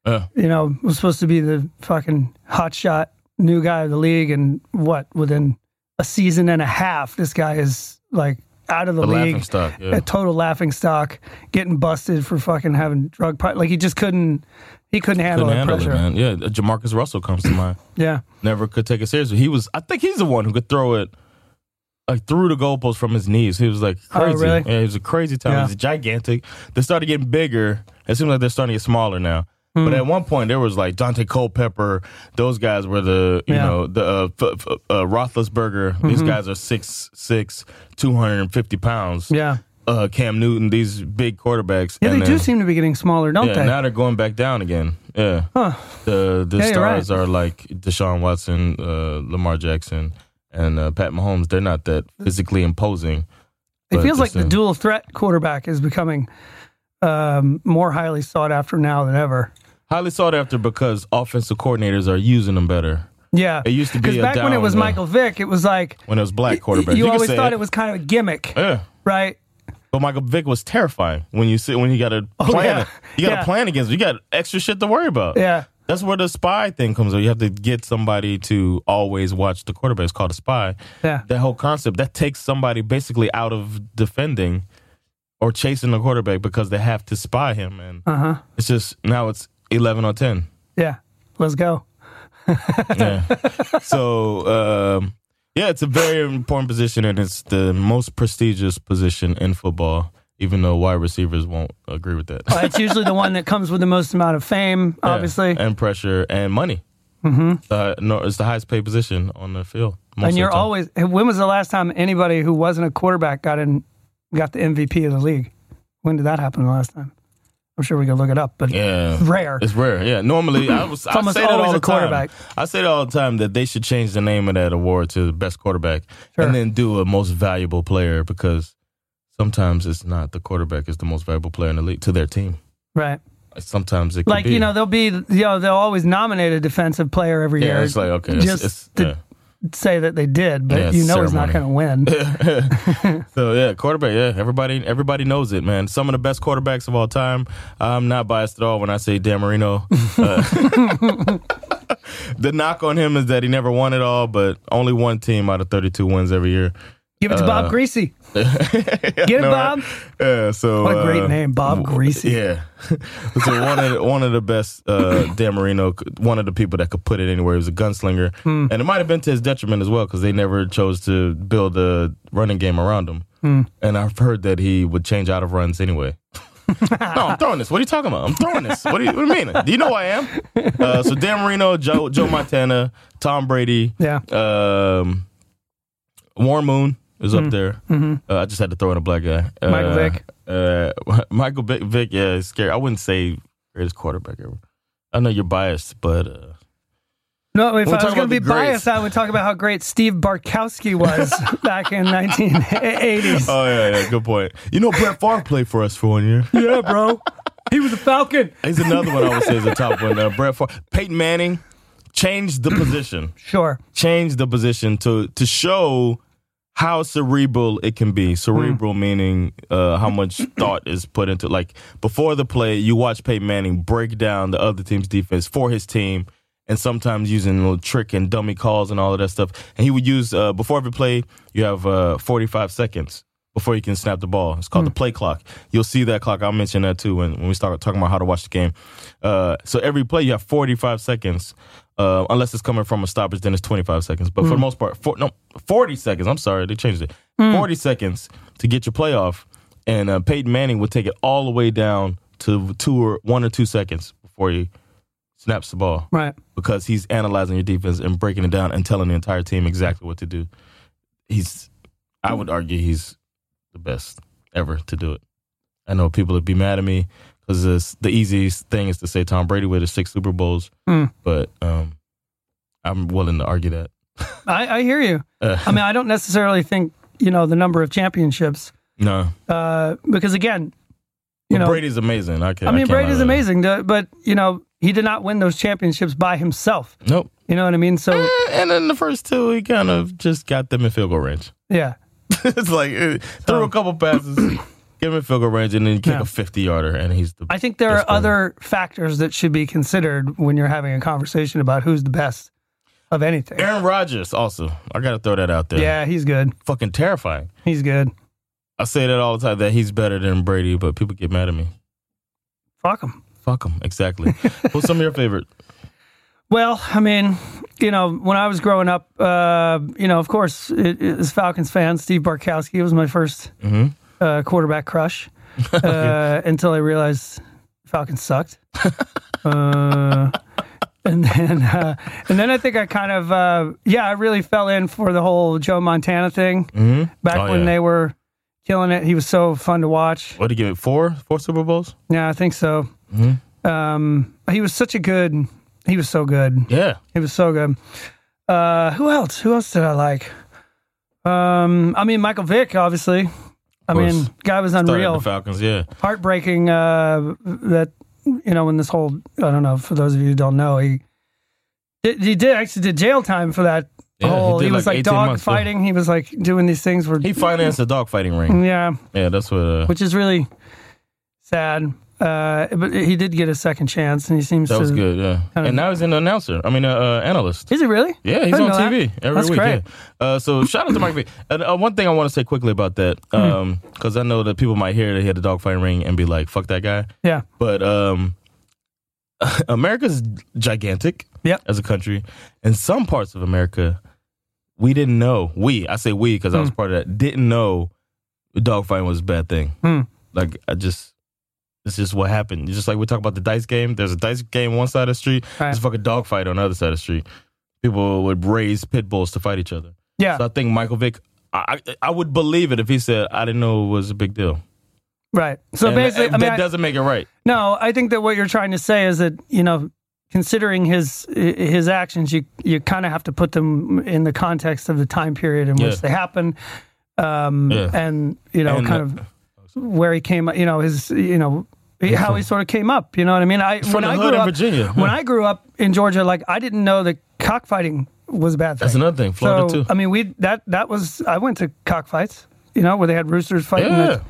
S2: Yeah.
S3: you know, was supposed to be the fucking hotshot new guy of the league, and what within a season and a half, this guy is like out of the,
S2: The laughing
S3: league,
S2: stock,
S3: (laughs)
S2: yeah.
S3: a total laughing stock, getting busted for fucking having drug pro- like he just couldn't, he couldn't handle
S2: Couldn't
S3: the
S2: handle it, man.
S3: pressure.
S2: Yeah, Jamarcus Russell comes to mind.
S3: yeah,
S2: Never could take it seriously. He was, I think, he's the one who could throw it like through the goalpost from his knees. He was like
S3: Oh,
S2: crazy.
S3: really?
S2: Yeah, he was a crazy time.
S3: Yeah.
S2: He was gigantic. They started getting bigger. It seems like they're starting to get smaller now.
S3: Hmm.
S2: But at one point, there was like Dante Culpepper. Those guys were the you
S3: Yeah. Mm-hmm.
S2: know the uh, f- f- uh, Roethlisberger. These guys are six six, two hundred and fifty pounds.
S3: yeah,
S2: Uh, Cam Newton. These big quarterbacks.
S3: yeah.
S2: and
S3: they do
S2: then-
S3: seem to be getting smaller, don't
S2: yeah,
S3: they?
S2: now they're going back down again. Yeah. The the
S3: Yeah, you're
S2: stars
S3: right.
S2: are like Deshaun Watson, uh, Lamar Jackson, and uh, Pat Mahomes. They're not that physically imposing.
S3: it
S2: but um,
S3: feels
S2: the
S3: like the
S2: same.
S3: dual threat quarterback is becoming um, more highly sought after now than ever.
S2: Highly sought after because offensive coordinators are using them better.
S3: Yeah,
S2: It used to be
S3: because
S2: a
S3: back when it
S2: down,
S3: was
S2: uh,
S3: Michael Vick, it was like
S2: When it was black quarterbacks,
S3: you,
S2: could
S3: always
S2: say Uh,
S3: thought it was kind of a gimmick,
S2: Yeah.
S3: right?
S2: But Michael Vick was terrifying when you see when you got to plan.
S3: Oh, yeah.
S2: it. You got to
S3: Yeah.
S2: plan against. it. You got extra shit to worry about.
S3: Yeah.
S2: That's where the spy thing comes in. You have to get somebody to always watch the quarterback. It's called a spy.
S3: Yeah.
S2: That whole concept that takes somebody basically out of defending or chasing the quarterback because they have to spy him. And
S3: Uh huh.
S2: it's just now it's eleven or
S3: (laughs)
S2: ten.
S3: Yeah. Let's
S2: (laughs)
S3: go.
S2: Yeah. so um, yeah, it's a very important position, and it's the most prestigious position in football. Even though wide receivers won't agree with that.
S3: Uh, it's usually the one that comes with the most amount of fame, (laughs) obviously.
S2: and pressure and money. Mm-hmm. Uh, no, it's the highest paid position on the field. most of
S3: and
S2: the
S3: you're
S2: time.
S3: always. When was the last time anybody who wasn't a quarterback got in, got the MVP of the league? When did that happen the last time? I'm sure we can look it up, but
S2: yeah.
S3: it's rare.
S2: (laughs) It's rare, yeah. Normally, I was. I
S3: almost
S2: say that
S3: always
S2: all the
S3: a
S2: time.
S3: quarterback.
S2: I say that all the time that they should change the name of that award to the best quarterback,
S3: Sure.
S2: and then do a most valuable player because sometimes it's not the quarterback is the most valuable player in the league to their team.
S3: right.
S2: Sometimes it could
S3: Like,
S2: be.
S3: you know, they'll be, you know, they'll always nominate a defensive player every
S2: yeah,
S3: year.
S2: it's like okay, it's-
S3: just
S2: it's-
S3: to
S2: yeah.
S3: say that they did, but
S2: Yeah, it's
S3: you know he's not going to
S2: ceremony. (laughs)
S3: win.
S2: So yeah, quarterback. Yeah, everybody, everybody knows it, man. Some of the best quarterbacks of all time. I'm not biased at all when I say Dan Marino. Uh, (laughs) the knock on him is that he never won it all, but only one team out of 32 wins every year.
S3: Give it to Bob
S2: (laughs)
S3: Greasy. Get it,
S2: Uh, No,
S3: Bob?
S2: Yeah. So
S3: What a great
S2: uh,
S3: name,
S2: (laughs)
S3: Bob Greasy.
S2: Yeah. (laughs) so one of the, one of the best, uh, Dan Marino, one of the people that could put it anywhere. He was a gunslinger, and it might have been to his detriment as well because they never chose to build a running game around him. And I've heard that he would change out of runs anyway. no, I'm throwing this. What are you talking about? I'm throwing this. What do you, what do you mean? Do you know who I am? Uh, so Dan Marino, Joe, Joe Montana, Tom Brady,
S3: Yeah.
S2: um, Warren Moon is up there. Uh, I just had to throw in a black guy. Uh,
S3: Mm-hmm. Michael Vick.
S2: Uh, (laughs) Michael Vick, Vick, yeah, it's scary. I wouldn't say greatest quarterback ever. I know you're biased, but uh,
S3: No, if
S2: We're
S3: I
S2: talking
S3: was going to
S2: about
S3: be
S2: the greats.
S3: biased, I would talk about how great Steve
S2: (laughs)
S3: Barkowski was back in 1980s.
S2: Oh yeah, yeah, good point. You know, Brett Favre played for us for one year. Yeah, bro.
S3: he was a Falcon.
S2: He's another one I would say is a top one. Uh, Brett Favre, Peyton Manning changed the position,
S3: Sure.
S2: changed the position to to show how cerebral it can be. Cerebral meaning uh, how much thought is put into. Like before the play, you watch Peyton Manning break down the other team's defense for his team. And sometimes using little trick and dummy calls and all of that stuff. And he would use, uh, before every play, you have uh, 45 seconds before you can snap the ball. It's called the play clock. You'll see that clock. I'll mention that too when, when we start talking about how to watch the game. Uh, so every play, you have 45 seconds, uh, unless it's coming from a stoppage, then it's 25 seconds. But for the most part, for, no, 40 seconds. I'm sorry, they changed it. 40 seconds to get your play off. And uh, Peyton Manning would take it all the way down to two or one or two seconds before he snaps the ball
S3: Right.
S2: because he's analyzing your defense and breaking it down and telling the entire team exactly what to do. He's, I would argue, he's the best ever to do it. I know people would be mad at me because the easiest thing is to say Tom Brady with his six Super Bowls,
S3: Hmm.
S2: but um, I'm willing to argue that.
S3: I, I hear you.
S2: Uh,
S3: I mean, I don't necessarily think, you know, the number of championships,
S2: no,
S3: uh, because again, you
S2: But
S3: know,
S2: Brady's amazing. I, can,
S3: I mean,
S2: can't lie
S3: Brady's
S2: to that.
S3: amazing, the- but, you know, he did not win those championships by himself.
S2: Nope. Eh,
S3: You know what I mean? So,
S2: And then the first two, he kind of just got them in field goal range. (laughs)
S3: yeah.
S2: it's like eh, threw a couple passes, (clears throat) give him a field goal range, and then kick
S3: Oh. Yeah.
S2: a fifty yarder, and he's the
S3: I think there
S2: That's
S3: are other factors that should be considered when you're having a conversation about who's the best of anything.
S2: Aaron Rodgers also. I gotta throw that out there.
S3: Yeah, he's good.
S2: Fucking terrifying.
S3: He's good.
S2: I say that all the time that he's better than Brady, but people get mad at me.
S3: Fuck him.
S2: Fuck him.
S3: (laughs)
S2: Exactly. Who's some of your favorite?
S3: Well, I mean, you know, when I was growing up, uh, you know, of course, it, it was Falcons fan. Steve Barkowski was my 1st
S2: Mm-hmm.
S3: uh,
S2: (laughs)
S3: quarterback crush uh, until I realized
S2: (laughs)
S3: Falcons sucked. uh, and then, uh, and then I think I kind of, uh, yeah, I really fell in for the whole Joe Montana thing back
S2: Oh,
S3: when
S2: yeah.
S3: they were killing it. He was so fun to watch.
S2: What do you give it? Four? Four Super Bowls?
S3: Yeah, I think so.
S2: Mm-hmm.
S3: Um, he was such a good. He was so good.
S2: Yeah.
S3: He was so good. Uh, who else? Who else did I like? Um, I mean, Michael Vick, obviously. I
S2: course.
S3: mean, guy was
S2: Started
S3: unreal.
S2: The Falcons, yeah.
S3: Heartbreaking uh, that you know when this whole I don't know. For those of you who don't know, he did, he did actually did jail time for that
S2: Yeah, he
S3: whole. He,
S2: did
S3: was
S2: like
S3: like
S2: 18
S3: dog
S2: months, yeah.
S3: fighting. He was like doing these things where
S2: He financed a dogfighting ring.
S3: yeah,
S2: Yeah, that's what uh,
S3: Mm. which is really sad. Uh, but he did get a second chance, and he seems
S2: that
S3: to
S2: was good, yeah.
S3: Kinda-
S2: And now he's an announcer. I mean, uh, uh, analyst.
S3: Is he really?
S2: Yeah,
S3: I
S2: he's
S3: didn't
S2: on
S3: know that.
S2: TV every
S3: That's
S2: week.
S3: Great.
S2: Yeah. Uh, so shout out to Mike V. And uh, one thing I want to say quickly about that,
S3: Mm-hmm.
S2: because I know that people might hear that he had a dogfighting ring and be like, "Fuck that guy."
S3: Yeah.
S2: But um, (laughs) America's gigantic
S3: Yep.
S2: as a country, and some parts of America we didn't know. We, I say we because I
S3: Mm.
S2: was part of that. Didn't know dogfighting was a bad thing.
S3: Hmm.
S2: Like I just. It's just what happened. Just like we talk about the dice game. There's a dice game one side of the street.
S3: Right.
S2: There's a fucking dogfight on the other side of the street. People would raise pit bulls to fight each other.
S3: Yeah.
S2: So I think Michael Vick. I, I I would believe it if he said I didn't know it was a big deal.
S3: right. So
S2: And
S3: basically,
S2: that,
S3: I mean,
S2: that
S3: I-
S2: doesn't make it right.
S3: no, I think that what you're trying to say is that you know, considering his his actions, you you kind of have to put them in the context of the time period in
S2: Yeah.
S3: which they happen, um,
S2: Yeah.
S3: and you know,
S2: And,
S3: kind
S2: uh,
S3: of where he came, you know, his you know. How he sort of came up, you know what I mean? I
S2: from
S3: when
S2: the
S3: I
S2: hood
S3: grew
S2: in
S3: up,
S2: Virginia.
S3: when I grew up in Georgia, like I didn't know that cockfighting was a bad thing.
S2: That's another thing. Florida
S3: so, uh,
S2: too.
S3: I mean, we that that was I went to cockfights, you know, where they had roosters fighting,
S2: yeah.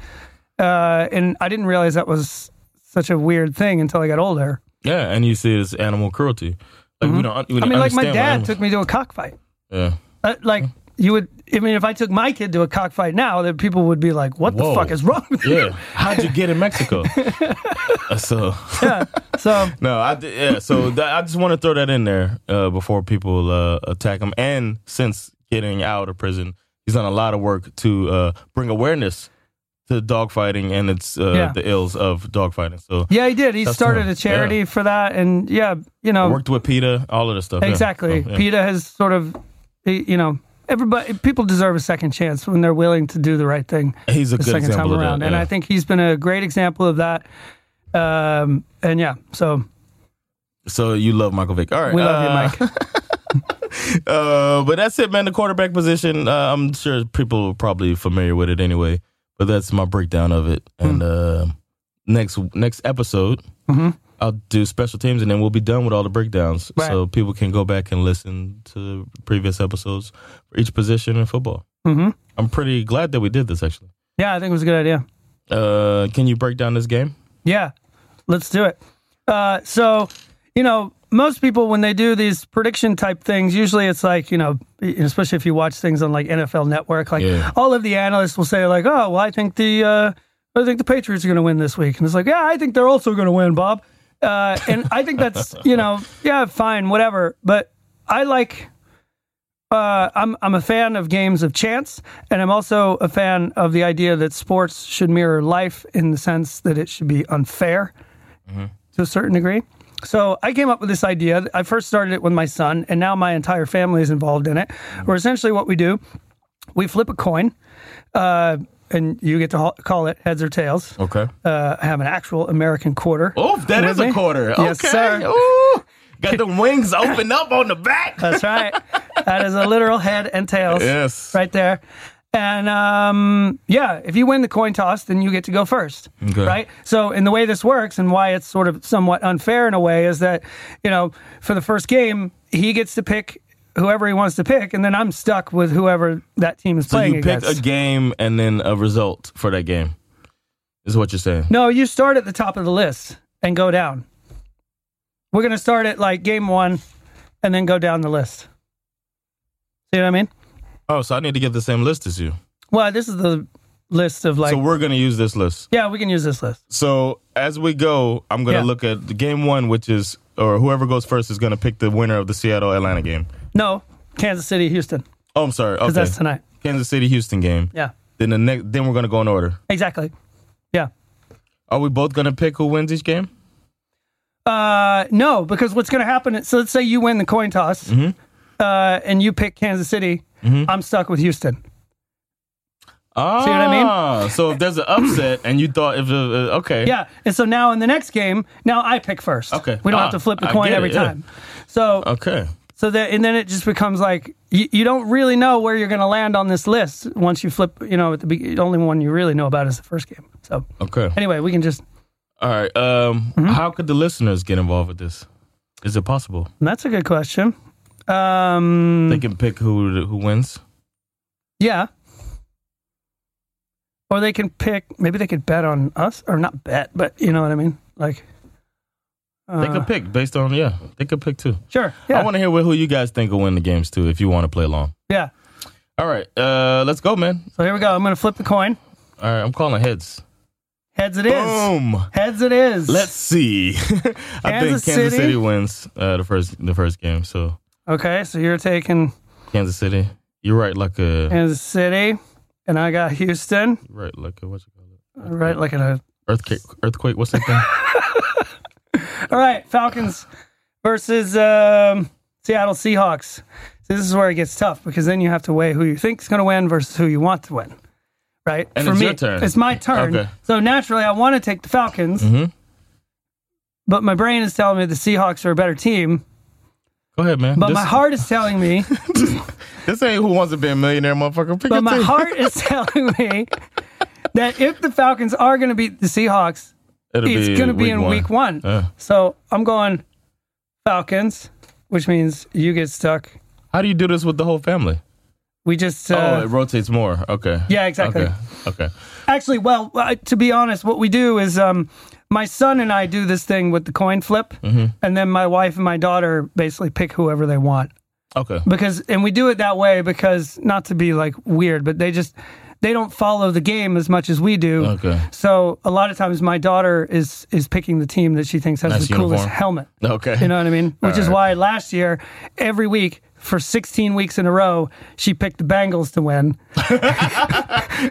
S3: uh, and I didn't realize that was such a weird thing until I got older.
S2: Yeah, and you see it as animal cruelty. Like we don't. We
S3: Mm-hmm. I
S2: don't
S3: mean, like my
S2: understand Hmm. what
S3: dad
S2: animals-
S3: took me to a cockfight.
S2: Yeah.
S3: Uh, like you would, I mean, if I took my kid to a cockfight now, then people would be like, "What
S2: Whoa.
S3: the fuck is wrong with you?"
S2: Yeah. How'd you get in
S3: (laughs)
S2: Mexico? Uh, so
S3: So
S2: no, I di- yeah. So that, I just want to throw that in there uh, before people uh, attack him. And since getting out of prison, he's done a lot of work to uh, bring awareness to dogfighting and its uh,
S3: Yeah.
S2: the ills of dogfighting. So
S3: yeah, he did. He
S2: That's
S3: started
S2: him.
S3: a charity for that, and yeah, you know,
S2: worked with PETA, all of this stuff. yeah.
S3: Exactly.
S2: So, yeah.
S3: PETA has sort of, eh, you know, everybody, people deserve a second chance when they're willing to do the right thing
S2: He's a
S3: the
S2: good
S3: second
S2: example
S3: time
S2: of that,
S3: around. And
S2: yeah.
S3: I think he's been a great example of that. Um, and yeah, so
S2: So you love Michael Vick. All right. (laughs)
S3: we love you, Mike.
S2: Uh, but that's it, man. The quarterback position. Uh, I'm sure people are probably familiar with it anyway. But that's my breakdown of it.
S3: Hmm.
S2: And uh, next next episode, I'll do special teams, and then we'll be done with all the breakdowns,
S3: Mm-hmm. Right.
S2: so people can go back and listen to previous episodes for each position in football.
S3: Mhm.
S2: I'm pretty glad that we did this. Actually,
S3: Yeah, I think it was a good idea.
S2: uh, can you break down this game?
S3: Yeah, let's do it. Uh, so, you know, most people when they do these prediction type things, usually it's like you know, e, especially if you watch things on like NFL Network, like
S2: Yeah.
S3: all of the analysts will say like, "Oh, well, I think the uh, I think the Patriots are going to win this week," and it's like, "Yeah, I think they're also going to win, Bob." Uh, and I think that's you know, yeah, fine, whatever. But I like uh, I'm I'm a fan of games of chance, and I'm also a fan of the idea that sports should mirror life in the sense that it should be unfair to a certain degree. So I came up with this idea. I first started it with my son, and now my entire family is involved in it.
S2: Mm.
S3: Where essentially what we do, we flip a coin, uh, and you get to ho- call it heads or tails.
S2: Okay.
S3: Uh, I have an actual American quarter.
S2: Oh, that
S3: with
S2: is a
S3: me.
S2: quarter.
S3: Yes,
S2: okay.
S3: sir.
S2: Ooh, got the wings open up on the
S3: (laughs)
S2: back.
S3: That's right. that is a literal head and
S2: (laughs)
S3: tails.
S2: Yes.
S3: Right there. And um, yeah, if you win the coin toss, then you get to go first.
S2: Okay.
S3: Right? So, and the way this works and why it's sort of somewhat unfair in a way is that, you know, for the first game, he gets to pick whoever he wants to pick, and then I'm stuck with whoever that team is
S2: So
S3: playing
S2: you pick
S3: against.
S2: a game and then a result for that game. Is what you're saying?
S3: No, you start at the top of the list and go down. We're going to start at like game one and then go down the list. See what I mean?
S2: Oh, so I need to get the same list as you.
S3: Well, this is the list of like,
S2: so we're gonna use this list.
S3: yeah, we can use this list.
S2: So as we go, I'm gonna
S3: Yeah.
S2: look at the game one, which is or whoever goes first is gonna pick the winner of the Seattle Atlanta game.
S3: No, Kansas City, Houston,
S2: Oh, I'm sorry. Okay.
S3: because that's tonight.
S2: Kansas City Houston game.
S3: Yeah,
S2: Then the next. Then we're gonna go in order.
S3: exactly. Yeah.
S2: Are we both gonna pick who wins each game?
S3: Uh, no, because what's going to happen is, so let's say you win the coin toss
S2: Mm-hmm.
S3: uh, and you pick Kansas City, I'm stuck with Houston.
S2: Ah,
S3: what I mean?
S2: So if there's an upset and you thought if uh, uh, okay,
S3: Yeah. And so now in the next game, now I pick first.
S2: Okay.
S3: We don't
S2: Ah,
S3: have to flip the
S2: I
S3: coin
S2: get it,
S3: every
S2: yeah.
S3: time. So,
S2: okay,
S3: so that, and then it just becomes like, you, you don't really know where you're going to land on this list once you flip, you know, at the, be- the only one you really know about is the first game. So
S2: okay.
S3: anyway, we can just,
S2: All right. Um,
S3: Mm-hmm.
S2: how could the listeners get involved with this? Is it possible
S3: that's a good question. Um,
S2: they can pick who who wins?
S3: Yeah. Or they can pick. Maybe they could bet on us, or not bet, but you know what I mean. Like,
S2: They could pick based on yeah. They could pick too.
S3: sure. Uh. Yeah.
S2: I want to hear what, who you guys think will win the games too. If you want to play along.
S3: yeah.
S2: All right. Uh, let's go, man.
S3: So here we go. I'm gonna flip the coin.
S2: All right. I'm calling heads.
S3: Heads it is.
S2: Boom.
S3: Heads it is.
S2: Let's see. (laughs) I think Kansas
S3: Kansas City?
S2: City, wins uh, the first the first game. So
S3: Okay, so you're taking
S2: Kansas City. You're right, like a
S3: Kansas City, and I got Houston.
S2: you're right, like a what you call it?
S3: Right, like in a.
S2: Earthquake. Earthquake. What's that
S3: (laughs)
S2: thing?
S3: All right, Falcons versus um, Seattle Seahawks. So this is where it gets tough because then you have to weigh who you think's going to win versus who you want to win. Right?
S2: And
S3: For
S2: it's
S3: me,
S2: your turn.
S3: it's my turn.
S2: Okay.
S3: So naturally, I want to take the Falcons,
S2: Mhm.
S3: but my brain is telling me the Seahawks are a better team.
S2: Go ahead, man.
S3: But
S2: this,
S3: my heart is telling
S2: (laughs)
S3: me.
S2: this ain't who wants to be a millionaire, motherfucker. Pick
S3: but
S2: your
S3: my
S2: team.
S3: heart is telling me that if the Falcons are going to beat the Seahawks,
S2: It'll
S3: it's going to be in week one.
S2: Yeah.
S3: So I'm going Falcons, which means you get stuck.
S2: How do you do this with the whole family?
S3: We just uh,
S2: oh, it rotates more. Okay.
S3: Yeah, exactly.
S2: Okay. okay.
S3: actually, well, uh, to be honest, what we do is um, my son and I do this thing with the coin flip,
S2: Mm-hmm.
S3: and then my wife and my daughter basically pick whoever they want
S2: Okay.
S3: because, and we do it that way because not to be like weird, but they just they don't follow the game as much as we do.
S2: Okay.
S3: So a lot of times my daughter is is picking the team that she thinks has
S2: Nice
S3: the coolest
S2: uniform.
S3: helmet.
S2: Okay.
S3: You know what I mean? Which is why last year, every week for 16 weeks in a row, she picked the Bengals to win,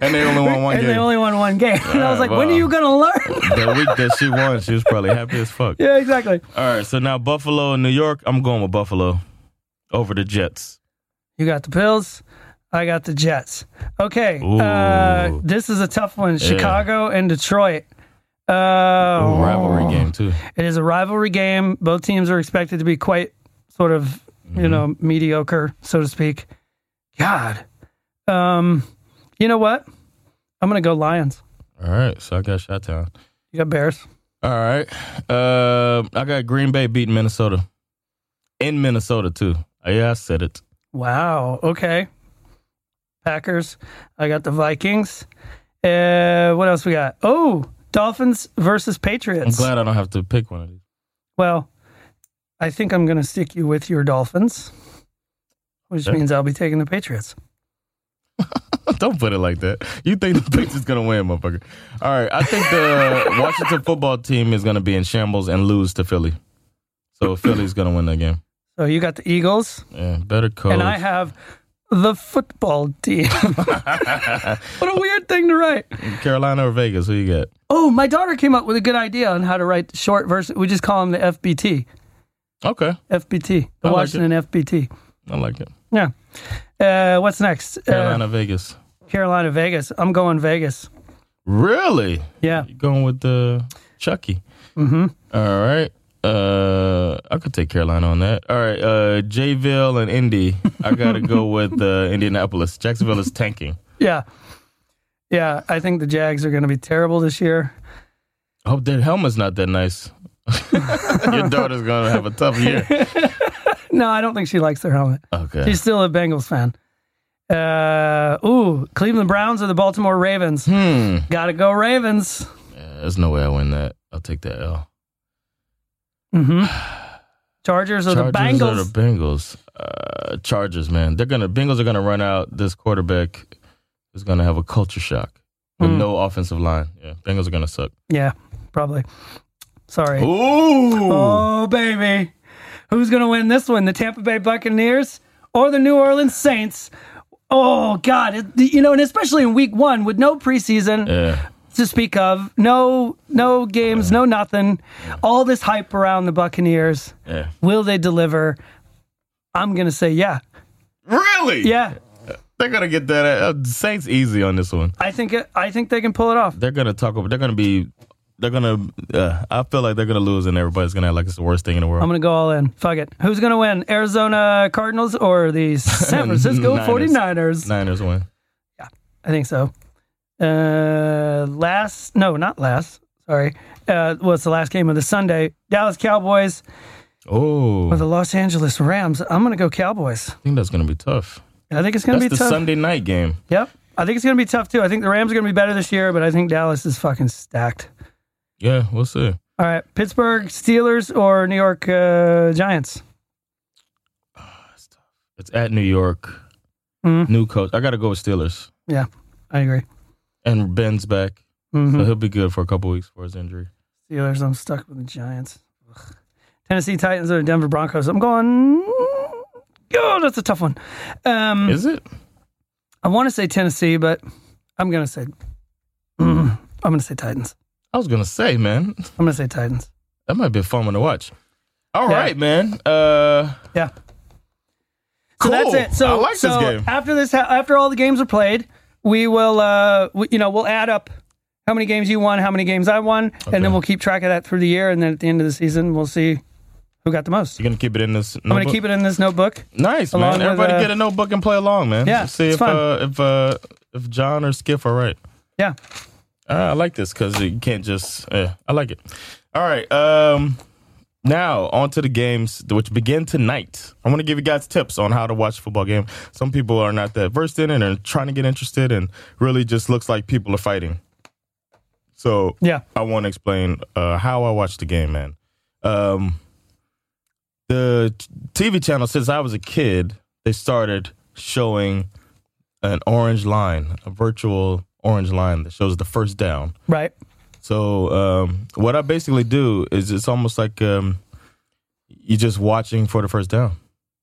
S2: and they only won one
S3: and
S2: game.
S3: they only won one game. (laughs) and I was like,
S2: Alright,
S3: when are
S2: wow.
S3: you gonna learn?
S2: the
S3: (laughs)
S2: week that she won, she was probably happy as fuck.
S3: yeah, exactly.
S2: All right, so now Buffalo and New York. I'm going with Buffalo over the Jets.
S3: You got the Bills. I got the Jets. Okay, uh,
S2: Ooh.
S3: this is a tough one. Chicago and Detroit. Uh,
S2: Rivalry game too.
S3: It is a rivalry game. Both teams are expected to be quite sort of you know, mediocre, so to speak. God. Um, you know what? I'm going to go Lions.
S2: All right, so I got Shot Town.
S3: You got Bears.
S2: All right, uh, I got Green Bay beating Minnesota in Minnesota too. Yeah, I said it.
S3: Wow. Okay. Packers. I got the Vikings. Uh, what else we got? Oh, Dolphins versus Patriots.
S2: I'm glad I don't have to pick one of these.
S3: Well, I think I'm going to stick you with your Dolphins, which
S2: Okay.
S3: means I'll be taking the Patriots.
S2: Don't put it like that. You think the (laughs) Patriots gonna win, motherfucker? All right, I think
S3: (laughs)
S2: the Washington football team is gonna be in shambles and lose to Philly.
S3: (laughs)
S2: So Philly's gonna win that game.
S3: So you got the Eagles,
S2: Yeah, better coach.
S3: and I have the football
S2: (laughs)
S3: team. (laughs) what a weird thing to write.
S2: Carolina or Vegas? Who you got?
S3: Oh, my daughter came up with a good idea on how to write short verses. We just call them the FBT.
S2: Okay,
S3: FBT. The
S2: I like
S3: Washington FBT.
S2: I like it.
S3: Yeah. Uh, what's next? Uh,
S2: Carolina, Vegas.
S3: Carolina, Vegas. I'm going Vegas.
S2: Really?
S3: Yeah.
S2: You going with the Chucky? Mm-hmm. All right. Uh, I could take Carolina on that. All right. Uh, Jayville and Indy. I gotta
S3: (laughs)
S2: go with uh, Indianapolis. Jacksonville is tanking.
S3: Yeah. Yeah. I think the Jags are going to be terrible this year.
S2: I hope that helmet's not that nice. (laughs) Your daughter's gonna have a tough year.
S3: No, I don't think she likes their helmet.
S2: Okay.
S3: She's still a Bengals fan. Uh, ooh, Cleveland Browns or the Baltimore Ravens?
S2: hmm.
S3: Gotta go Ravens.
S2: Yeah, there's no way I win that. I'll take that L.
S3: hmm Chargers or the
S2: Chargers
S3: Bengals?
S2: Or the Bengals. Uh, Chargers, man. They're gonna Bengals are gonna run out. This quarterback is gonna have a culture shock
S3: Hmm.
S2: with no offensive line. Yeah, Bengals are gonna suck.
S3: Yeah, probably. Sorry.
S2: Ooh.
S3: Oh, baby. Who's going to win this one? The Tampa Bay Buccaneers or the New Orleans Saints? Oh, God. It, you know, and especially in week one with no preseason.
S2: Yeah.
S3: to speak of. No, no games, no nothing. All this hype around the Buccaneers.
S2: Yeah.
S3: Will they deliver? I'm gonna say yeah,
S2: Really?
S3: yeah.
S2: They're gonna get that. Uh, Saints easy on this one.
S3: I think it, I think they can pull it off.
S2: They're gonna talk. They're gonna be. They're gonna. Uh, I feel like they're gonna lose, and everybody's gonna act like it's the worst thing in the world.
S3: I'm gonna go all in. Fuck it. Who's gonna win? Arizona Cardinals or
S2: (laughs)
S3: the San Francisco
S2: Niners.
S3: 49ers?
S2: Niners win.
S3: I think so. Uh, last, no, not last. Sorry. Uh, well, it's the last game of the Sunday. Dallas Cowboys
S2: Oh,
S3: or
S2: I
S3: the Los Angeles Rams. I'm gonna go Cowboys.
S2: think that's gonna be tough.
S3: I think it's gonna
S2: That's
S3: be
S2: the
S3: tough.
S2: Sunday night game.
S3: Yep. I think it's going to be tough too. I think the Rams are going to be better this year, but I think Dallas is fucking stacked.
S2: Yeah, we'll see.
S3: All right, Pittsburgh Steelers or New York uh, Giants?
S2: It's at New York.
S3: Mm.
S2: New coach. I gotta go with Steelers.
S3: Yeah, I agree.
S2: And Ben's back, so
S3: hmm
S2: he'll be good for a couple weeks for his injury.
S3: Steelers. I'm stuck with the Giants. Ugh. Tennessee Titans or Denver Broncos? I'm going. Oh, that's a tough one. Um,
S2: Is it?
S3: I want to say Tennessee, but I'm going to say. Mm, I'm going to say Titans.
S2: I was gonna say, man,
S3: I'm going to say Titans.
S2: that might be a fun one to watch. All right,
S3: Yeah.
S2: man. Uh,
S3: Yeah.
S2: cool.
S3: So that's it. So,
S2: I like
S3: so
S2: this game.
S3: after this, after all the games are played, we will, uh, we, you know, we'll add up how many games you won, how many games I won, and
S2: Okay.
S3: then we'll keep track of that through the year. And then at the end of the season, we'll see who got the most.
S2: You're gonna keep it in this.
S3: I'm going to keep it in this notebook.
S2: Nice,
S3: along
S2: man.
S3: with,
S2: Everybody
S3: uh,
S2: get a notebook and play along, man.
S3: Yeah,
S2: See
S3: it's
S2: if
S3: fun.
S2: uh, if uh, if John or Skiff are right.
S3: Yeah.
S2: Uh, I like this because you can't just. eh, I like it. All right. Um, now on to the games which begin tonight. I want to give you guys tips on how to watch a football game. Some people are not that versed in it and are trying to get interested, and really just looks like people are fighting. So
S3: Yeah.
S2: I want to explain uh, how I watch the game, man. Um, the t- TV channel since I was a kid, they started showing an orange line, a virtual orange line that shows the first down.
S3: Right.
S2: So um, what I basically do is it's almost like um, you're just watching for the first down.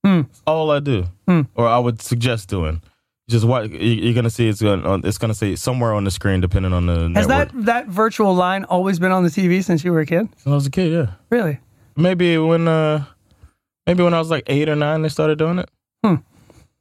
S3: Hmm.
S2: It's all I do, or I would suggest doing. Just what you're gonna see. It's gonna it's gonna say somewhere on the screen, depending on the
S3: Has
S2: network.
S3: that that virtual line always been on the TV since you were a kid?
S2: When I was a kid, yeah.
S3: Really?
S2: Maybe when uh maybe when I was like eight or nine they started doing it.
S3: Hmm.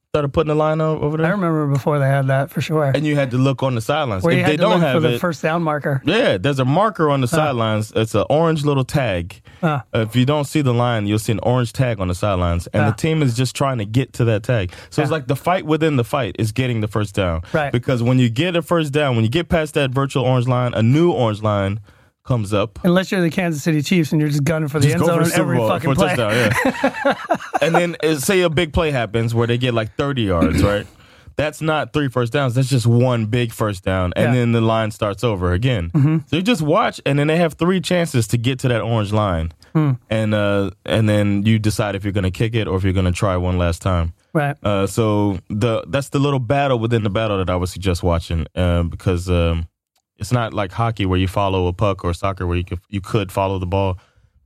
S2: started putting the line o- over there?
S3: I remember before they had that for sure.
S2: and you had to look on the sidelines.
S3: Where you
S2: if
S3: had
S2: they
S3: to
S2: don't
S3: look
S2: have
S3: for the
S2: it,
S3: first down marker.
S2: yeah, there's a marker on the sidelines. It's an orange little tag.
S3: Huh.
S2: If you don't see the line, you'll see an orange tag on the sidelines, and
S3: Huh.
S2: the team is just trying to get to that tag. So it's
S3: Yeah.
S2: like the fight within the fight is getting the first down.
S3: Right.
S2: Because when you get a first down, when you get past that virtual orange line, a new orange line comes up.
S3: Unless you're the Kansas City Chiefs and you're just gunning for the
S2: Just
S3: end
S2: go
S3: zone
S2: for
S3: on
S2: a Super
S3: every
S2: Bowl for
S3: fucking
S2: a
S3: play.
S2: touchdown. Yeah.
S3: (laughs)
S2: and then uh, say a big play happens where they get like 30
S3: (clears throat)
S2: yards, right? That's not three first downs. That's just one big first down, and
S3: Yeah. Mm-hmm.
S2: then the line starts over again. So you just watch, and then they have three chances to get to that orange line,
S3: Hmm.
S2: and uh, and then you decide if you're going to kick it or if you're going to try one last time.
S3: (laughs) Right.
S2: Uh, so the that's the little battle within the battle that I would suggest watching uh, because um, it's not like hockey where you follow a puck or soccer where you could, you could follow the ball,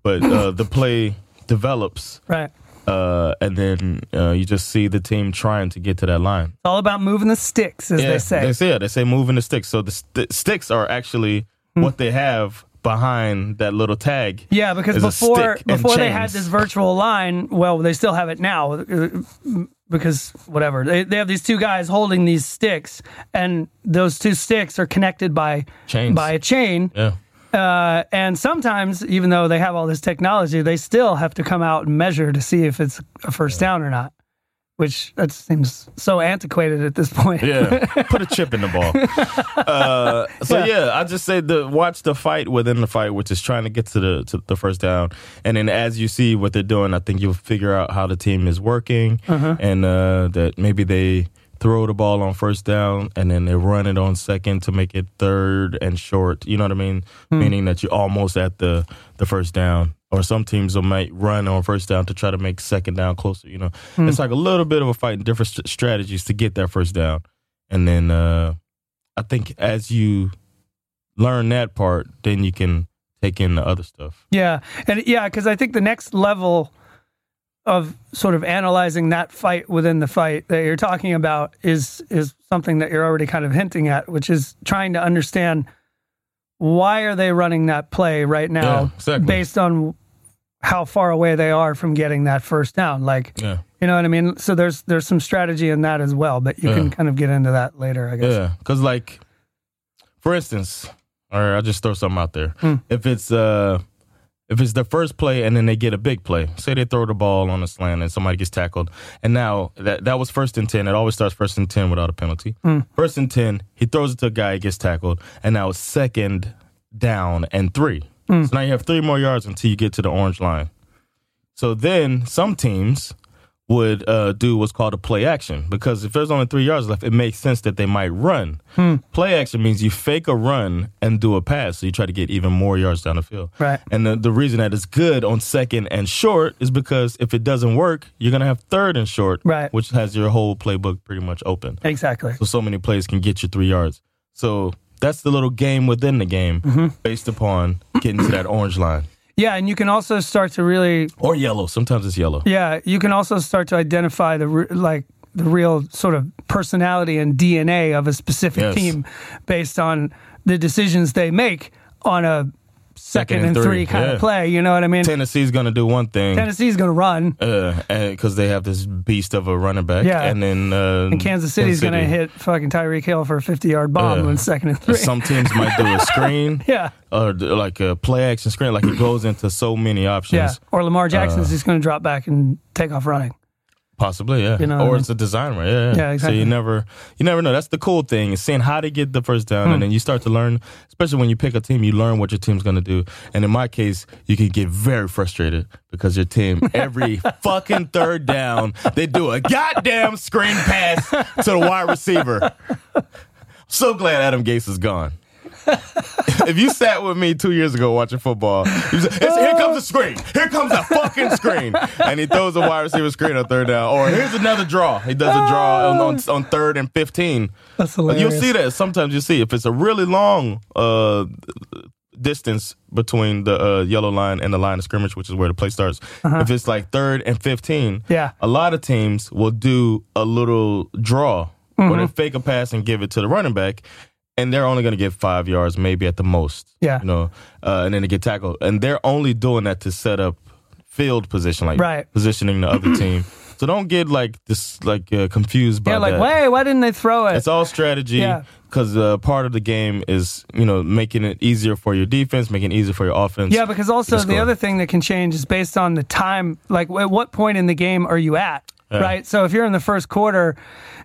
S2: but uh, the play develops
S3: Right. It's
S2: uh, and then uh, you just see the team trying to get to that line.
S3: all about moving the sticks, as
S2: Yeah,
S3: they say.
S2: yeah, they say moving the sticks. So the st- sticks are actually what they have behind that little tag.
S3: Hmm. Yeah, because
S2: is a
S3: before
S2: stick and
S3: before they had
S2: chains.
S3: this virtual line, well, they still have it now uh, because whatever. They, they have these two guys holding these sticks, and those two sticks are connected by
S2: Chains.
S3: by a chain.
S2: yeah.
S3: Uh, and sometimes, even though they have all this technology, they still have to come out and measure to see if it's a first down or not, which that seems so antiquated at this
S2: (laughs)
S3: point.
S2: Yeah, put a chip in the ball. Uh, so yeah. I just say the watch the fight within the fight, which is trying to get to the to the first down, and then as you see what they're doing, I think you'll figure out how the team is working, and uh, that maybe they throw the ball on first down and then they run it on second to make it third and short. You know what I mean? Meaning that you're almost at the the first down. Or some teams will might run on first down to try to make second down closer. You know, it's like a little bit of a fight and different st- strategies to get that first down. And then uh, I think as you learn that part, then you can take in the other stuff.
S3: Yeah, and yeah, because I think the next level of sort of analyzing that fight within the fight that you're talking about is is something that you're already kind of hinting at, which is trying to understand why are they running that play right now,
S2: Yeah, exactly.
S3: based on how far away they are from getting that first down. Like,
S2: Yeah.
S3: you know what I mean? So there's there's some strategy in that as well, but you can
S2: Yeah.
S3: kind of get into that later, I guess.
S2: Yeah, because like, for instance, or I'll just throw something out there.
S3: Hmm.
S2: If it's uh, if it's the first play and then they get a big play, say they throw the ball on a slant and somebody gets tackled, and now that that was first and ten. It always starts first and ten without a penalty.
S3: Hmm.
S2: First and ten, he throws it to a guy, he gets tackled, and now it's second down and three.
S3: Hmm.
S2: So now you have three more yards until you get to the orange line. So then some teams would uh, do what's called a play action because if there's only three yards left, it makes sense that they might run.
S3: Hmm.
S2: Play action means you fake a run and do a pass, so you try to get even more yards down the field.
S3: Right.
S2: And the, the reason that it's good on second and short is because if it doesn't work, you're gonna have third and short,
S3: Right.
S2: which has your whole playbook pretty much open.
S3: Exactly.
S2: So so many plays can get you three yards. So that's the little game within the game,
S3: Mm-hmm.
S2: based upon getting to that orange line
S3: Yeah, and you can also start to really
S2: or yellow. Sometimes it's yellow.
S3: Yeah, you can also start to identify the re- like the real sort of personality and DNA of a specific
S2: Yes.
S3: team based on the decisions they make on a second, and,
S2: and three,
S3: three, kind
S2: yeah.
S3: of play. You know what I mean?
S2: Tennessee's gonna do one thing.
S3: Tennessee's going to run,
S2: because they have this beast of a running back.
S3: Yeah.
S2: and then uh,
S3: and Kansas City's going to hit fucking Tyreek Hill for a fifty-yard bomb
S2: Uh,
S3: on second and three.
S2: Some teams might do
S3: (laughs)
S2: a screen,
S3: Yeah.
S2: or do, like a play action screen. Like it goes into so many
S3: yeah,
S2: options,
S3: or Lamar Jackson's just going to drop back and take off running.
S2: possibly, yeah.
S3: You know what I
S2: or
S3: mean?
S2: it's a design run, yeah,
S3: Yeah, exactly.
S2: So you never, you never know. That's the cool thing is seeing how they get the first down,
S3: Hmm.
S2: and then you start to learn. Especially when you pick a team, you learn what your team's going to do. And in my case, you can get very frustrated because your
S3: (laughs)
S2: team every fucking third down they do a goddamn screen pass to the wide receiver. So glad Adam Gase is gone. if you sat with me two years ago watching football, you said, "It's- here comes the screen. Here comes the fucking screen. And he throws a wide receiver screen on third down. Or here's another draw. He does a draw on, on, on third and 15.
S3: That's hilarious.
S2: You'll see that. Sometimes you see if it's a really long uh, distance between the uh, yellow line and the line of scrimmage, which is where the play starts. If it's like third and 15,
S3: Uh-huh. Yeah.
S2: a lot of teams will do a little draw where
S3: Mm-hmm.
S2: they fake a pass and give it to the running back, and they're only going to get five yards, maybe at the most.
S3: Yeah.
S2: You know, uh, and then they get tackled. And they're only doing that to set up field position, like
S3: Right. (clears throat)
S2: positioning the other team So don't get like this, like uh, confused by
S3: Yeah, like,
S2: that.
S3: wait, why didn't they throw it?
S2: It's all strategy
S3: Yeah.
S2: because uh, part of the game is you know making it easier for your defense, making it easier for your offense.
S3: yeah, because also
S2: Just
S3: the
S2: go.
S3: other thing that can change is based on the time. Like, w- at what point in the game are you at? Right. So if you're in the first quarter,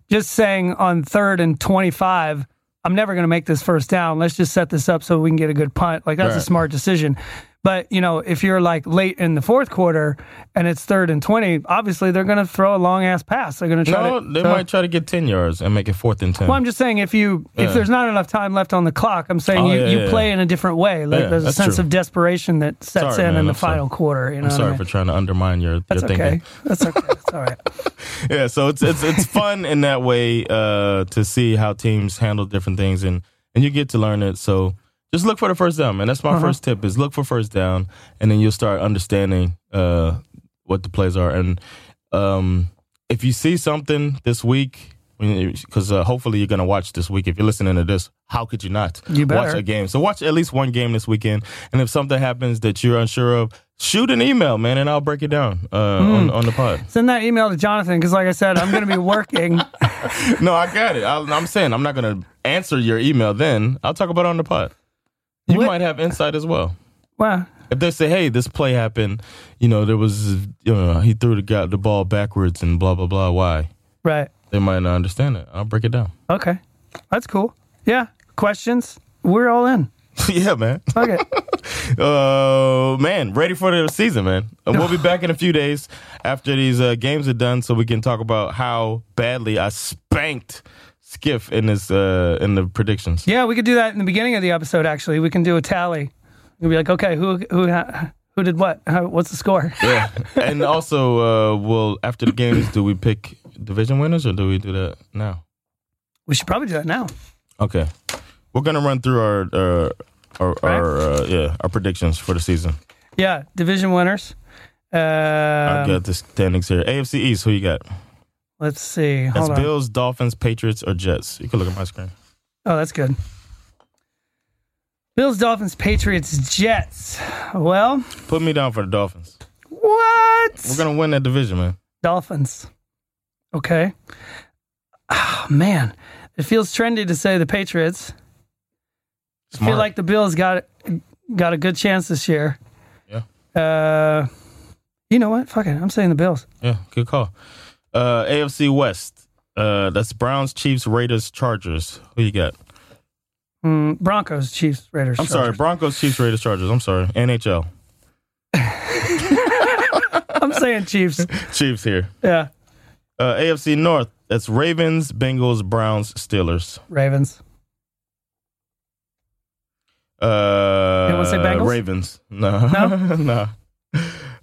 S3: just saying on third and 25, I'm never going to make this first down. Let's just set this up so we can get a good punt. Like, that's a
S2: Right.
S3: smart decision. But, you know, if you're like late in the fourth quarter and it's third and 20, obviously they're going to throw a long ass pass. They're going to try
S2: no,
S3: to.
S2: they
S3: so-
S2: might try to get ten yards and make it fourth and ten.
S3: Well, I'm just saying if you if
S2: Yeah.
S3: there's not enough time left on the clock, I'm saying
S2: Oh,
S3: you,
S2: yeah,
S3: you
S2: yeah,
S3: play
S2: yeah.
S3: in a different way. Like
S2: Yeah,
S3: there's a
S2: that's
S3: sense
S2: true.
S3: of desperation that sets
S2: Sorry,
S3: in
S2: man,
S3: in the
S2: I'm sorry.
S3: final quarter. You know,
S2: I'm
S3: what I
S2: sorry
S3: mean?
S2: for trying to undermine your,
S3: that's
S2: your
S3: okay.
S2: thinking.
S3: That's okay. That's
S2: (laughs)
S3: all right.
S2: Yeah, so it's it's
S3: (laughs)
S2: it's fun in that way uh, to see how teams handle different things, and and you get to learn it. So just look for the first down, man. That's my
S3: Uh-huh.
S2: first tip: is look for first down, and then you'll start understanding uh, what the plays are. And um, if you see something this week, because uh, hopefully you're gonna watch this week. If you're listening to this, how could you not
S3: You
S2: watch
S3: better.
S2: a game? So watch at least one game this weekend, and if something happens that you're unsure of. Shoot an email, man, and I'll break it down uh, on,
S3: Mm.
S2: on the pod.
S3: Send that email to Jonathan because, like I said, I'm going to be working. (laughs)
S2: No, I got it. I, I'm saying I'm not going to answer your email then. I'll talk about it on the pod. You
S3: What-
S2: might have insight as well.
S3: well,
S2: If they say, "Hey, this play happened," you know, there was, you know, he threw the guy the ball backwards and blah blah blah. Why?
S3: right.
S2: They might not understand it. I'll break it down.
S3: Okay, that's cool. Yeah. Questions? We're all in.
S2: (laughs) yeah, man.
S3: Okay.
S2: (laughs) Uh, man, ready for the season, man. And we'll be back in a few days after these uh, games are done, so we can talk about how badly I spanked Skiff in this uh, in the predictions.
S3: yeah, we could do that in the beginning of the episode. Actually, we can do a tally. We'll be like, okay, who who ha- who did what? How, what's the score? (laughs)
S2: Yeah, and also, uh, well, after the games, do we pick division winners or do we do that now?
S3: We should probably do that now.
S2: Okay, we're gonna run through our uh, our,
S3: Right.
S2: our uh, yeah our predictions for the season.
S3: Yeah, division winners. Um,
S2: I got the standings here. AFC East, who you got?
S3: Let's see.
S2: That's
S3: Hold on.
S2: Bills, Dolphins, Patriots, or Jets. You can look at my screen.
S3: Oh, that's good. Bills, Dolphins, Patriots, Jets. Well,
S2: Put me down for the Dolphins.
S3: what?
S2: We're gonna win that division, man.
S3: Dolphins. Okay. Oh, man, it feels trendy to say the Patriots. I
S2: Smart.
S3: feel like the Bills got got a good chance this year.
S2: Yeah.
S3: Uh, you know what? Fuck it. I'm saying the Bills.
S2: yeah, good call. Uh, AFC West. Uh, that's Browns, Chiefs, Raiders, Chargers. Who you got?
S3: Mm, Broncos, Chiefs, Raiders.
S2: I'm sorry,
S3: Chargers.
S2: Broncos, Chiefs, Raiders, Chargers. I'm sorry, NHL.
S3: I'm saying
S2: (laughs)
S3: Chiefs.
S2: Chiefs here.
S3: Yeah.
S2: Uh, AFC North. That's Ravens, Bengals, Browns, Steelers.
S3: Ravens.
S2: Uh,
S3: Anyone say Bengals?
S2: Ravens. (laughs) No.
S3: No?
S2: no.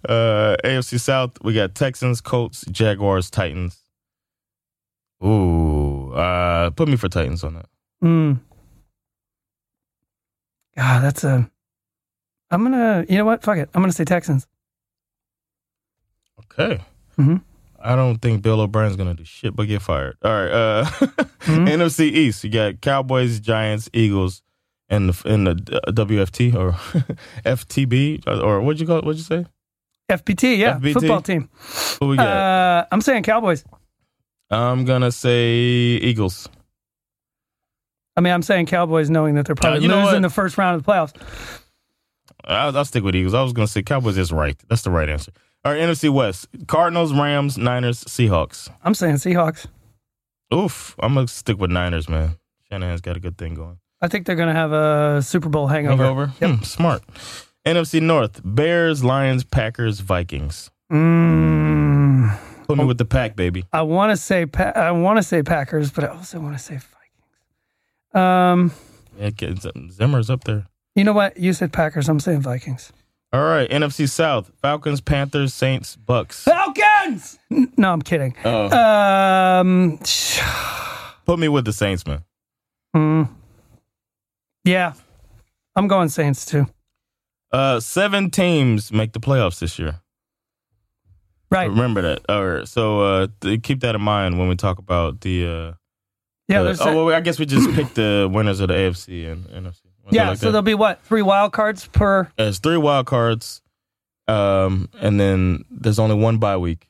S2: Uh, AFC South. We got Texans, Colts, Jaguars, Titans. Ooh. Uh, put me for Titans on that.
S3: Mm. God, that's a. I'm gonna. You know what? Fuck it. I'm gonna say Texans.
S2: Okay.
S3: Mhm.
S2: I don't think Bill O'Brien's gonna do shit but get fired. All right. Uh,
S3: Hmm?
S2: (laughs) NFC East. You got Cowboys, Giants, Eagles, and the and the uh, WFT or (laughs) FTB or- or what'd you call it? What'd you say?
S3: FPT. Yeah,
S2: FPT.
S3: football team.
S2: Who we got?
S3: Uh, I'm saying Cowboys.
S2: I'm gonna say Eagles.
S3: I mean, I'm saying Cowboys, knowing that they're probably
S2: you know
S3: losing
S2: what?
S3: the first round of the playoffs.
S2: I'll, I'll stick with Eagles. I was gonna say Cowboys is right. That's the right answer. All right. NFC West. Cardinals, Rams, Niners, Seahawks.
S3: I'm saying Seahawks.
S2: Oof. I'm gonna stick with Niners, man. Shanahan's got a good thing going.
S3: I think they're gonna have a Super Bowl hangover.
S2: Hangover? Hmm, smart. NFC North: Bears, Lions, Packers, Vikings.
S3: Mm,
S2: Put me with the pack, baby.
S3: I want to say pa- I want to say Packers, but I also want to say Vikings. Um,
S2: Yeah, kids, um, Zimmer's up there.
S3: you know what? You said Packers. I'm saying Vikings.
S2: All right, NFC South: Falcons, Panthers, Saints,
S3: (laughs)
S2: Bucks.
S3: Falcons. N- no, I'm kidding.
S2: Oh.
S3: Um.
S2: Put me with the Saints, man.
S3: Mm. Yeah. I'm going Saints too.
S2: Uh, seven teams make the playoffs this year.
S3: Right.
S2: Remember that. All right, so uh, th- keep that in mind when we talk about the. Uh,
S3: Yeah.
S2: the-
S3: There's
S2: oh, well, I guess we just picked
S3: (coughs)
S2: the winners of the AFC and NFC. Wanna do
S3: yeah.
S2: like
S3: so
S2: that?
S3: there'll be what? Three wild cards per.
S2: There's three wild cards, um, and then there's only one bye week.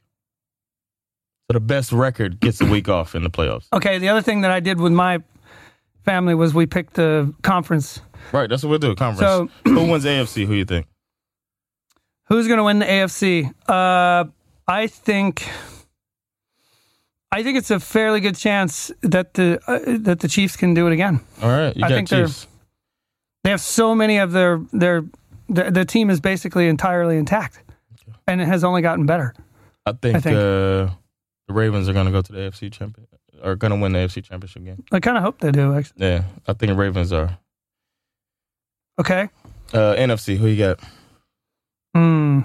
S2: So the best record gets a week off in the playoffs.
S3: Okay, the other thing that I did with my family was we picked the conference.
S2: Right, that's what we'll do. Conference. who wins AFC? Who you think?
S3: Who's going to win the AFC? Uh, I think, I think it's a fairly good chance that the uh, that the Chiefs can do it again.
S2: All right, you
S3: I
S2: got
S3: think they're-
S2: Chiefs.
S3: They have so many of their their the, the team is basically entirely intact, and it has only gotten better.
S2: I think,
S3: I think-
S2: Uh, the Ravens are going to go to the AFC champion. Are going to win the AFC championship game.
S3: I kind of hope they do. Actually,
S2: Yeah, I think the Ravens are.
S3: okay.
S2: Uh, NFC. Who you got?
S3: Hmm.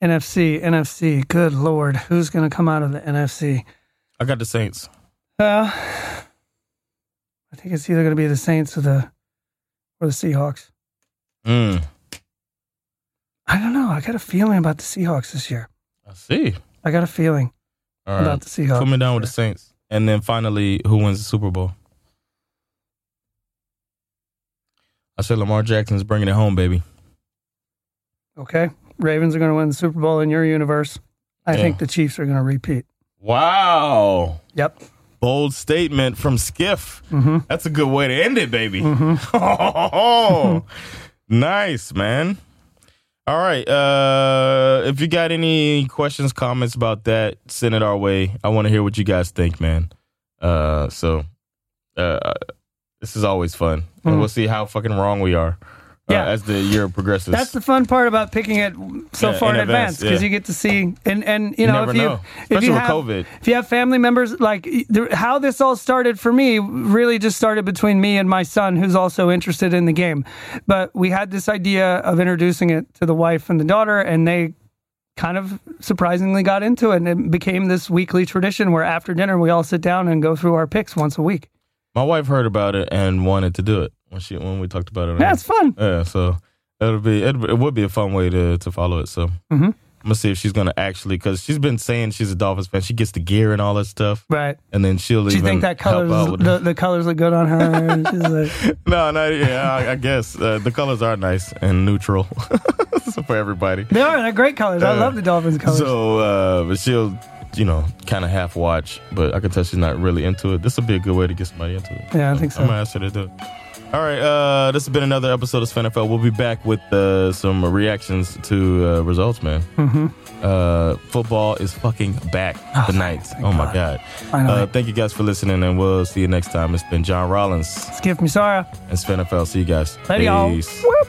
S3: NFC, NFC. Good lord, who's going to come out of the NFC?
S2: I got the Saints.
S3: Well, I think it's either going to be the Saints or the or the Seahawks.
S2: Mm,
S3: I don't know. I got a feeling about the Seahawks this year.
S2: I see.
S3: I got a feeling
S2: All right.
S3: about the Seahawks.
S2: Coming down with the Saints, and then finally, who wins the Super Bowl? I said Lamar Jackson's bringing it home, baby.
S3: okay, Ravens are going to win the Super Bowl in your universe. I
S2: Yeah.
S3: think the Chiefs are going to repeat.
S2: Wow.
S3: Yep. Mm-hmm.
S2: Bold statement from Skiff. That's a good way to end it, baby. (laughs) nice, man. All right. Uh, if you got any questions, comments about that, send it our way. I want to hear what you guys think, man. Uh, so uh, this is always fun, and we'll see how fucking wrong we are uh,
S3: Hmm. Yeah.
S2: as the year progresses.
S3: That's the fun part about picking it so
S2: Yeah,
S3: far in
S2: in
S3: advance
S2: advance,
S3: because
S2: yeah.
S3: you get to see and and
S2: You
S3: you, know
S2: never
S3: if you
S2: know.
S3: if
S2: Especially
S3: you
S2: with
S3: have
S2: COVID.
S3: if you have family members like the, how this all started for me really just started between me and my son who's also interested in the game, but we had this idea of introducing it to the wife and the daughter and they kind of surprisingly got into it and it became this weekly tradition where after dinner we all sit down and go through our picks once a week.
S2: My wife heard about it and wanted to do it when she when we talked about it.
S3: Yeah, it's fun.
S2: Yeah, so it'll be it, it would be a fun way to to follow it. So mm-hmm. I'm gonna see if she's gonna actually because she's been saying she's a Dolphins fan. She gets the gear and all that stuff,
S3: Right.
S2: and then she'll
S3: Do you
S2: even
S3: think that
S2: help out
S3: colors
S2: with
S3: the, the colors look good on her? And she's like,
S2: (laughs) no, no, yeah, I, I guess uh, the colors are nice and neutral (laughs) So for everybody.
S3: They are. They're great colors. I
S2: Uh,
S3: love the Dolphins colors.
S2: So, uh, but she'll you know kind of half watch, but I can tell she's not really into it. This would be a good way to get somebody into it.
S3: Yeah, I think so.
S2: I'm gonna ask her to do it. All right, uh, this has been another episode of Spin NFL. We'll be back with uh, some reactions to uh, results, man. Mm-hmm. Uh, football is fucking back tonight. Oh my god!
S3: Ah, Finally.
S2: Uh, thank you guys for listening, and we'll see you next time. It's been John Rollins
S3: Skip Misara.
S2: and Spin NFL. See you guys.
S3: Later, y'all.
S2: Peace.
S3: Whoop.